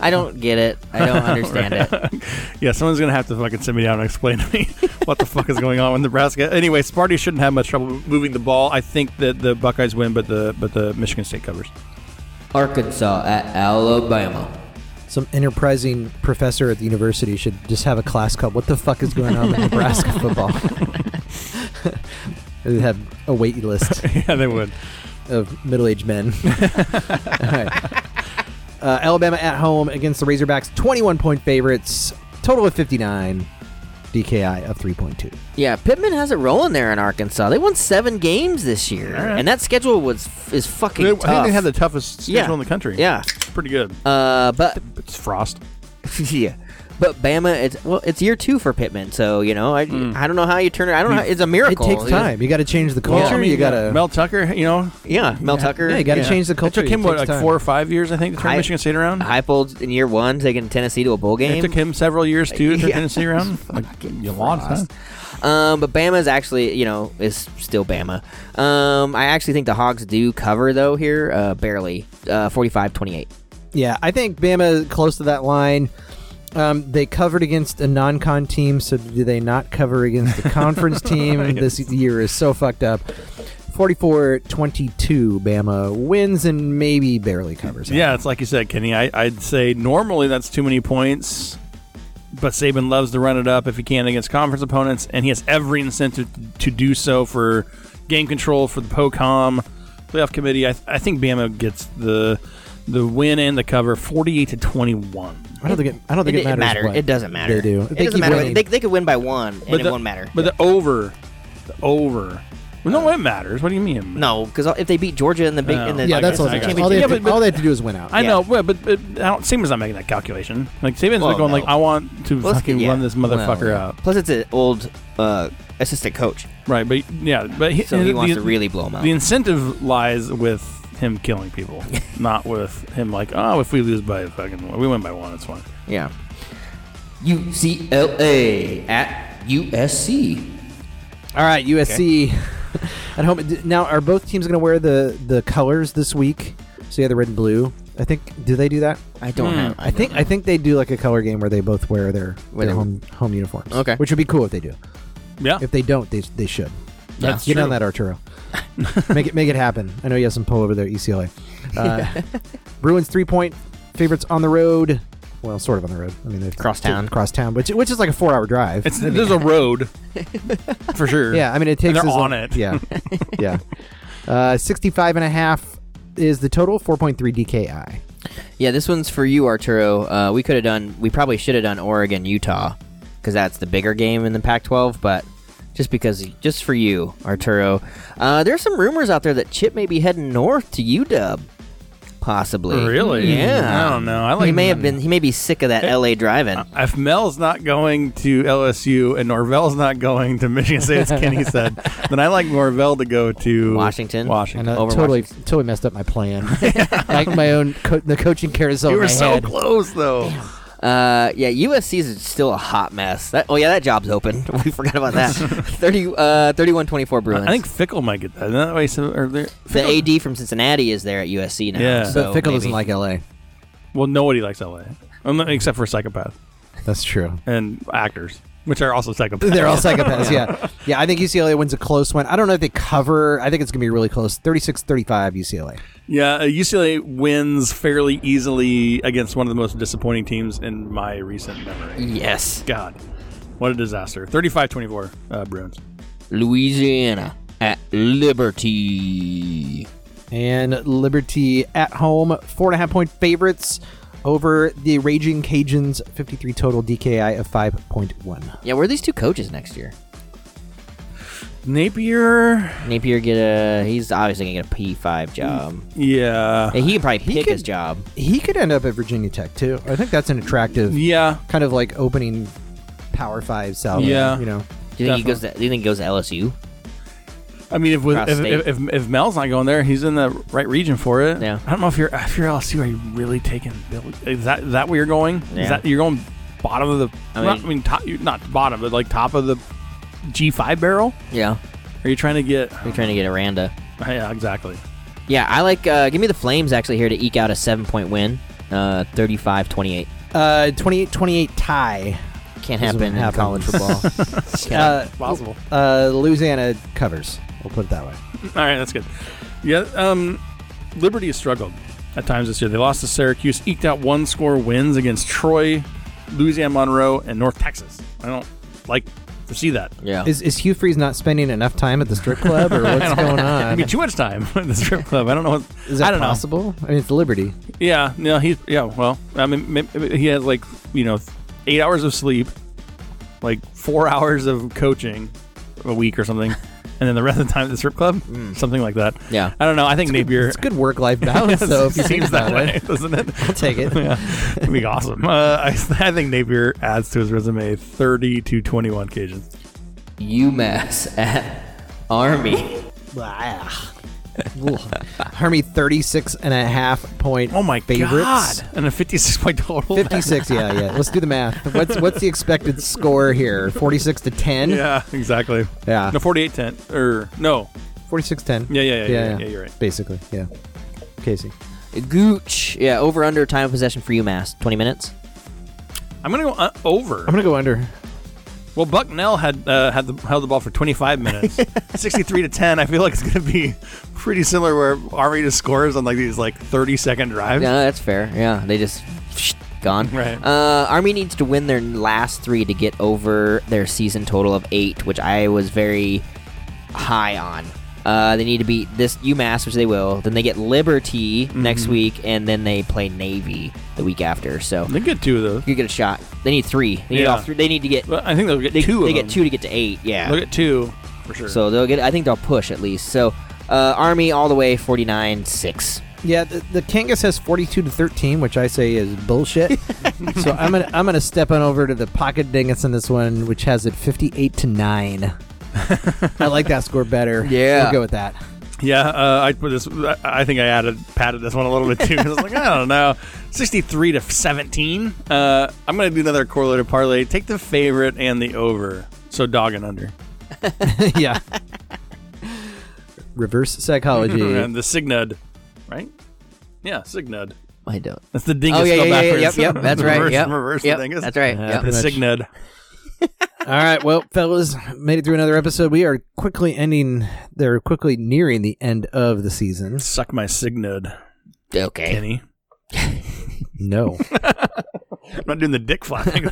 Speaker 2: I don't get it. I don't understand it.
Speaker 4: Yeah, someone's going to have to fucking sit me down and explain to me what the fuck is going on with Nebraska. Anyway, Sparty shouldn't have much trouble moving the ball. I think that the Buckeyes win, but the but the Michigan State covers.
Speaker 5: Arkansas at Alabama.
Speaker 3: Some enterprising professor at the university should just have a class called "What the fuck is going on with Nebraska football?" They'd have a wait list
Speaker 4: yeah, they would.
Speaker 3: of middle-aged men. All right. uh, Alabama at home against the Razorbacks, 21-point favorites, total of 59, DKI of 3.2.
Speaker 2: Yeah, Pittman has it rolling there in Arkansas. They won seven games this year,
Speaker 4: right.
Speaker 2: and that schedule was is fucking
Speaker 4: They- I
Speaker 2: tough.
Speaker 4: think they had the toughest schedule
Speaker 2: Yeah.
Speaker 4: in the country.
Speaker 2: yeah,
Speaker 4: Pretty good.
Speaker 2: uh, but
Speaker 4: It's Frost.
Speaker 2: yeah, But Bama, it's well, it's year two for Pittman, so you know, I, I don't know how you turn it. I don't know. How, it's a
Speaker 3: Hmm. It
Speaker 2: miracle.
Speaker 3: takes time. You got to change the culture. you got to.
Speaker 4: Mel Tucker, you know,
Speaker 2: Yeah, Mel Tucker.
Speaker 3: Yeah, you got to
Speaker 2: yeah.
Speaker 3: change the culture.
Speaker 4: it took him what,
Speaker 3: takes
Speaker 4: like
Speaker 3: time.
Speaker 4: four or five years, I think, to turn
Speaker 2: I-
Speaker 4: Michigan State around.
Speaker 2: Heipold in year one taking Tennessee to a bowl
Speaker 4: it
Speaker 2: game.
Speaker 4: took him several years too to turn
Speaker 2: Yeah.
Speaker 4: Tennessee around. Like, you lost, huh?
Speaker 2: Um, but Bama's actually, you know, is still Bama. Um, I actually think the Hogs do cover though here, uh, barely, uh, 45-28.
Speaker 3: Yeah, I think Bama is close to that line. Um, they covered against a non-con team, so do they not cover against the conference team? This year is so fucked up. 44-22, Bama wins and maybe barely covers. it.
Speaker 4: Yeah, it's like you said, Kenny. I, I'd say normally that's too many points, but Saban loves to run it up if he can against conference opponents, and he has every incentive to, to do so for game control for the POCOM playoff committee. I, I think Bama gets the the win and the cover, forty-eight to twenty-one.
Speaker 3: I don't think it, I don't think it, matters.
Speaker 2: matter.
Speaker 3: what
Speaker 2: It doesn't matter.
Speaker 3: They do.
Speaker 2: It
Speaker 3: They
Speaker 2: doesn't
Speaker 3: keep
Speaker 2: matter.
Speaker 3: winning.
Speaker 2: They, they could win by one, and
Speaker 4: the-
Speaker 2: it won't matter.
Speaker 4: But the over, the over. Well, no, it matters. What do you mean?
Speaker 2: no, because if they beat Georgia in the big, in the
Speaker 4: I
Speaker 3: yeah, that's
Speaker 4: guess
Speaker 3: all.
Speaker 4: I
Speaker 3: They
Speaker 4: got it.
Speaker 3: have to- all, they have
Speaker 4: Yeah,
Speaker 3: to-
Speaker 4: but-
Speaker 3: all they have to do is win out.
Speaker 4: I
Speaker 2: Yeah.
Speaker 4: know, but but, but I don't, Saban's not making that calculation. Like Saban's
Speaker 2: Well,
Speaker 4: like going
Speaker 2: no.
Speaker 4: like, I want to
Speaker 2: Well, it's-
Speaker 4: fucking
Speaker 2: yeah.
Speaker 4: run this motherfucker
Speaker 2: Well,
Speaker 4: out,
Speaker 2: Plus, it's an old uh, assistant coach,
Speaker 4: right? But yeah, but he,
Speaker 2: so he
Speaker 4: the-
Speaker 2: wants to
Speaker 4: the-
Speaker 2: really blow them out.
Speaker 4: The incentive lies with him killing people, not with him like, oh, if we lose by a fucking, we win by one, it's fine.
Speaker 2: yeah.
Speaker 5: UCLA at USC.
Speaker 3: All right, USC at home. D- Now, are both teams going to wear the the colors this week? So yeah, the red and blue. I think. Do they do that?
Speaker 2: I don't
Speaker 4: Hmm.
Speaker 2: have.
Speaker 3: I think I think they do like a color game where they both wear their,
Speaker 2: Where
Speaker 3: their
Speaker 2: they-
Speaker 3: home home uniforms.
Speaker 2: Okay.
Speaker 3: which would be cool if they do.
Speaker 4: Yeah,
Speaker 3: If they don't, they they should.
Speaker 4: that's
Speaker 3: Get
Speaker 4: true.
Speaker 3: on that, Arturo. make it make it happen. I know you have some pull over there, ECLA. Uh, Bruins three point favorites on the road. Well, sort of on the road. I mean, they're
Speaker 2: Crosstown.
Speaker 3: crosstown, which which is like a four hour drive.
Speaker 4: It's there's a road for sure.
Speaker 3: Yeah, I mean, it takes.
Speaker 4: they're
Speaker 3: as
Speaker 4: on
Speaker 3: long-
Speaker 4: it.
Speaker 3: Yeah, yeah. Uh, 65 and a half is the total. 4.3 DKI.
Speaker 2: Yeah, this one's for you, Arturo. Uh, we could have done. We probably should have done Oregon, Utah, because that's the bigger game in the Pac-12. But just because, just for you, Arturo, uh, there's some rumors out there that Chip may be heading north to UW, possibly.
Speaker 4: Really?
Speaker 2: Yeah.
Speaker 4: I don't know. I like.
Speaker 2: He may have been. He may be sick of that LA driving.
Speaker 4: If Mel's not going to LSU and Norvell's not going to Michigan State, as Kenny said, then I like Norvell to go to
Speaker 2: Washington?
Speaker 3: And
Speaker 4: Washington.
Speaker 3: I
Speaker 2: Over
Speaker 3: totally, totally messed up my plan. like my own, co- the coaching carousel.
Speaker 4: You
Speaker 3: in
Speaker 4: were
Speaker 3: my
Speaker 4: so
Speaker 3: head.
Speaker 4: close though.
Speaker 2: Uh, yeah, USC is still a hot mess. That, oh yeah, that job's open. We forgot about that. 30, uh, 31-24 Bruins.
Speaker 4: I think Fickle might get that. Isn't that way, so, or there- Fickle-
Speaker 2: the AD from Cincinnati is there at USC now.
Speaker 4: Yeah.
Speaker 2: so
Speaker 3: But Fickle doesn't
Speaker 2: maybe-
Speaker 3: like LA.
Speaker 4: well, nobody likes LA, Um, except for a psychopath.
Speaker 3: That's true.
Speaker 4: and actors, which are also psychopaths.
Speaker 3: They're all psychopaths. yeah, yeah. I think UCLA wins a close one. I don't know if they cover. I think it's gonna be really close. 36-35 UCLA.
Speaker 4: yeah, uh, UCLA wins fairly easily against one of the most disappointing teams in my recent memory.
Speaker 2: Yes.
Speaker 4: God, what a disaster. 35-24 uh, Bruins.
Speaker 2: Louisiana at Liberty.
Speaker 3: And Liberty at home, four and a half point favorites over the Raging Cajuns. 53 total DKI of 5.1.
Speaker 2: Yeah, where are these two coaches next year?
Speaker 4: Napier,
Speaker 2: Napier get a he's obviously gonna get a P five job.
Speaker 4: yeah,
Speaker 2: Hey, he could probably pick
Speaker 3: could-
Speaker 2: his job.
Speaker 3: he could end up at Virginia Tech too. I think that's an attractive
Speaker 4: yeah.
Speaker 3: kind of like opening Power Five salary.
Speaker 4: Yeah.
Speaker 3: you know,
Speaker 2: Do you think he goes? To, do you think he goes to LSU?
Speaker 4: I mean, if with,
Speaker 2: Across
Speaker 4: if,
Speaker 2: state.
Speaker 4: if, if, if Mel's not going there, he's in the right region for it.
Speaker 2: Yeah.
Speaker 4: I don't know if you're if you're LSU, are you really taking Bill? Is that is that where you're going? Is
Speaker 2: Yeah.
Speaker 4: that you're going bottom of the?
Speaker 2: I
Speaker 4: not-
Speaker 2: mean-
Speaker 4: I mean top, you're not bottom, but like top of the G five barrel.
Speaker 2: Yeah,
Speaker 4: Are you trying to get?
Speaker 2: we're trying to get Aranda.
Speaker 4: Yeah, exactly.
Speaker 2: Yeah, I like. Uh, give me the Flames actually here to eke out a seven point win. Uh, 35-28.
Speaker 3: uh, 28-28 tie. Doesn't
Speaker 2: Can't happen in
Speaker 3: happen.
Speaker 2: college football. Can't-
Speaker 3: Uh, uh, Louisiana covers. We'll put it that way.
Speaker 4: All right, that's good. Yeah, um, Liberty has struggled at times this year. They lost to Syracuse, eked out one score wins against Troy, Louisiana Monroe, and North Texas. I don't like to see that.
Speaker 2: yeah.
Speaker 3: Is is Hugh Freeze not spending enough time at the strip club, or what's going
Speaker 4: Oh. I
Speaker 3: on?
Speaker 4: mean, too much time in the strip club. I don't know. What,
Speaker 3: Is that
Speaker 4: I don't
Speaker 3: possible? I mean, it's Liberty.
Speaker 4: know. Yeah, no, he's yeah. Well, I mean, may- maybe he has like you know, eight hours of sleep, like four hours of coaching a week or something, and then the rest of the time at the strip club, something like that.
Speaker 2: Yeah.
Speaker 4: I don't know. I think Napier
Speaker 3: Hmm. It's good work life balance, though. If you think
Speaker 4: seems
Speaker 3: about
Speaker 4: that
Speaker 3: it,
Speaker 4: way, doesn't it?
Speaker 3: I'll take it.
Speaker 4: yeah, it'd be awesome. Uh, I, I think Napier adds to his resume thirty to twenty-one Cajuns.
Speaker 5: UMass at Army.
Speaker 3: Ah. Ugh. Army 36 and a half point
Speaker 4: Oh my
Speaker 3: favorites.
Speaker 4: god! And a fifty-six point total.
Speaker 3: 56, yeah, yeah. Let's do the math. What's what's the expected score here? 46 to 10?
Speaker 4: yeah, exactly.
Speaker 3: Yeah.
Speaker 4: No, forty-eight ten or no.
Speaker 3: 46 10.
Speaker 4: Yeah, yeah, yeah, yeah, yeah, you're right.
Speaker 3: Basically, yeah. Casey.
Speaker 2: Gooch. Yeah, over under time of possession for UMass. 20 minutes.
Speaker 4: I'm gonna go uh, over.
Speaker 3: I'm going to go under.
Speaker 4: Well, Bucknell had uh, had the, held the ball for 25 minutes, 63 to 10. I feel like it's going to be pretty similar where Army just scores on like these like 30 second drives.
Speaker 2: No, that's fair. Yeah, they just psh, gone.
Speaker 4: Right.
Speaker 2: Uh, Army needs to win their last three to get over their season total of eight, which I was very high on. Uh, they need to beat this UMass, which they will. Then they get Liberty
Speaker 4: Mm-hmm.
Speaker 2: next week, and then they play Navy the week after. So
Speaker 4: They get two of those.
Speaker 2: you get a shot. They need three. They need
Speaker 4: Yeah.
Speaker 2: all three. They need to get
Speaker 4: But I think they'll get
Speaker 2: they,
Speaker 4: two.
Speaker 2: they
Speaker 4: of
Speaker 2: get
Speaker 4: them.
Speaker 2: two to get to eight. Yeah.
Speaker 4: They'll get two for sure.
Speaker 2: So they'll get. I think they'll push at least. So uh, Army all the way, forty nine six.
Speaker 3: Yeah, the, the Kangas has 42 to 13, which I say is bullshit. so I'm going to I'm going to step on over to the Pocket Dingus in this one, which has it 58 to 9. I like that score better.
Speaker 2: Yeah.
Speaker 3: We'll go with that.
Speaker 4: yeah, uh, I put this. I I think I added padded this one a little bit too. 'cause I was like, I don't know, 63 to 17. Uh, I'm going to do another correlated parlay. Take the favorite and the over. So dog and under.
Speaker 3: yeah. Reverse psychology.
Speaker 4: And the Signod, right? Yeah, Signod.
Speaker 2: I don't.
Speaker 4: That's the dingus.
Speaker 2: Oh yeah, yeah,
Speaker 4: spelled
Speaker 2: yeah, yeah, yep,
Speaker 4: backwards.
Speaker 2: yep. That's right.
Speaker 4: Reverse-
Speaker 2: Yep,
Speaker 4: reverse the
Speaker 2: yep,
Speaker 4: dingus.
Speaker 2: That's right.
Speaker 3: Yeah,
Speaker 2: yep.
Speaker 4: The
Speaker 3: pretty much.
Speaker 4: Signod.
Speaker 3: All right, well, fellas, made it through another episode. We are quickly ending, they're quickly nearing the end of the season.
Speaker 4: Suck my Signod,
Speaker 2: Okay.
Speaker 4: Kenny.
Speaker 3: No.
Speaker 4: I'm not doing the dick flapping.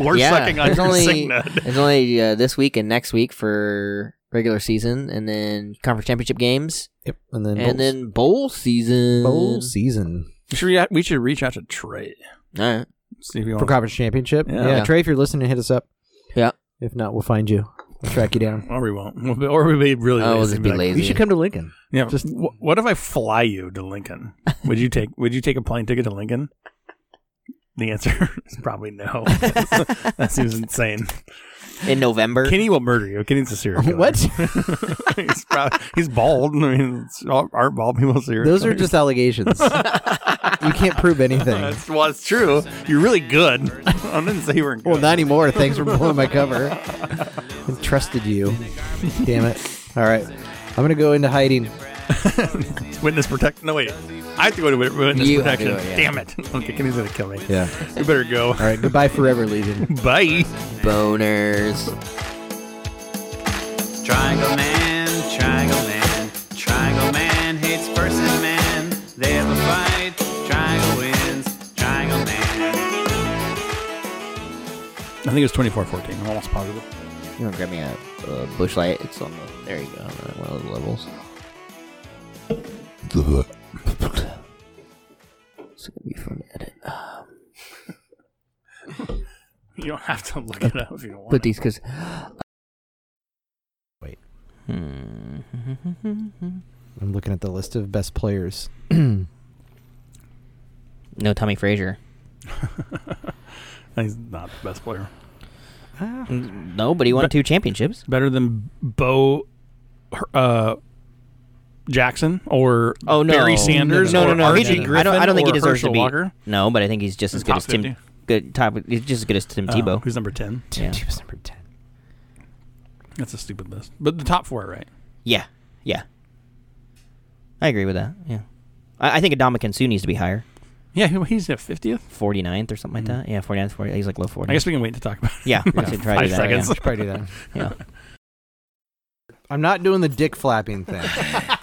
Speaker 4: We're
Speaker 2: yeah,
Speaker 4: sucking on
Speaker 2: there's
Speaker 4: your
Speaker 2: only
Speaker 4: Signod.
Speaker 2: there's only uh, this week and next week for regular season, and then conference championship games,
Speaker 3: yep. And then,
Speaker 2: and,
Speaker 3: bowls.
Speaker 2: then bowl season.
Speaker 3: bowl season.
Speaker 4: We should, re- we should reach out to Trey.
Speaker 2: All right.
Speaker 4: See if he
Speaker 3: for
Speaker 4: wants.
Speaker 3: conference championship.
Speaker 4: Yeah.
Speaker 3: Yeah.
Speaker 2: Yeah.
Speaker 3: Trey, if you're listening, hit us up.
Speaker 2: Yeah.
Speaker 3: If not, we'll find you. We'll track you down.
Speaker 4: Or we won't. We'll be, or we'll be really lazy.
Speaker 2: Oh, we'll just
Speaker 4: and
Speaker 2: be
Speaker 4: like,
Speaker 2: lazy.
Speaker 3: You should come to Lincoln.
Speaker 4: Yeah.
Speaker 3: Just-
Speaker 4: wh- what if I fly you to Lincoln? Would you take Would you take a plane ticket to Lincoln? The answer is probably no. that seems insane.
Speaker 2: in November.
Speaker 4: Kenny will murder you. Kenny's a serial killer.
Speaker 3: What?
Speaker 4: he's, prob- he's bald. I mean, it's- aren't bald people serious?
Speaker 3: Those are just allegations. you can't prove anything.
Speaker 4: That's well, it's true. You're really good. I didn't say you weren't good.
Speaker 3: Well, not anymore. Thanks for blowing my cover. Entrusted you. Damn it. All right. I'm going to go into hiding.
Speaker 4: witness protection. No, wait. I have to go to wit- witness
Speaker 2: You have to
Speaker 4: protection.
Speaker 2: go, yeah.
Speaker 4: Damn it. Okay, Kenny's going to kill me.
Speaker 3: Yeah.
Speaker 4: We better go.
Speaker 3: All right. Goodbye forever, Legion.
Speaker 4: Bye.
Speaker 2: Boners.
Speaker 7: Triangle Man, Triangle Man, Triangle Man hates person man. They have a fight, Triangle wins, Triangle Man.
Speaker 4: I think it's 24 14. I'm almost positive.
Speaker 2: You want to grab me a, a bush light? It's on the. There you go. On one of the levels. It's gonna be fun to edit.
Speaker 4: You don't have to look it up if you don't want
Speaker 2: Put
Speaker 4: it.
Speaker 2: these because.
Speaker 3: Wait.
Speaker 2: Hmm.
Speaker 3: I'm looking at the list of best players.
Speaker 2: No, Tommy Frazier.
Speaker 4: He's not the best player.
Speaker 2: No, but he won two championships.
Speaker 4: Better than Bo uh, Jackson or
Speaker 2: Oh no,
Speaker 4: Barry Sanders
Speaker 2: No, no,
Speaker 4: or
Speaker 2: no.
Speaker 4: Archie
Speaker 2: He-
Speaker 4: Griffin
Speaker 2: I don't. I don't think
Speaker 4: or
Speaker 2: he deserves
Speaker 4: Herschel
Speaker 2: to be.
Speaker 4: Walker.
Speaker 2: No, but I think he's just as good
Speaker 4: Top
Speaker 2: as Tim.
Speaker 4: 50.
Speaker 2: Good top. He's just as good as Tim
Speaker 4: Uh,
Speaker 2: Tebow.
Speaker 4: who's number 10?
Speaker 2: Yeah.
Speaker 3: He was number 10.
Speaker 4: That's a stupid list. But the top four, right?
Speaker 2: Yeah, yeah. I agree with that. Yeah, I, I think Adama Sue needs to be higher,
Speaker 4: Yeah, he- he's at 50th.
Speaker 2: 49th or something like that. Yeah, 49th, 40. He's like low 40.
Speaker 4: Mm-hmm. I guess we can wait to talk about it.
Speaker 2: Yeah, we should try to
Speaker 4: five
Speaker 2: do that, yeah.
Speaker 4: seconds.
Speaker 3: Probably do that.
Speaker 2: yeah.
Speaker 3: I'm not doing the dick flapping thing.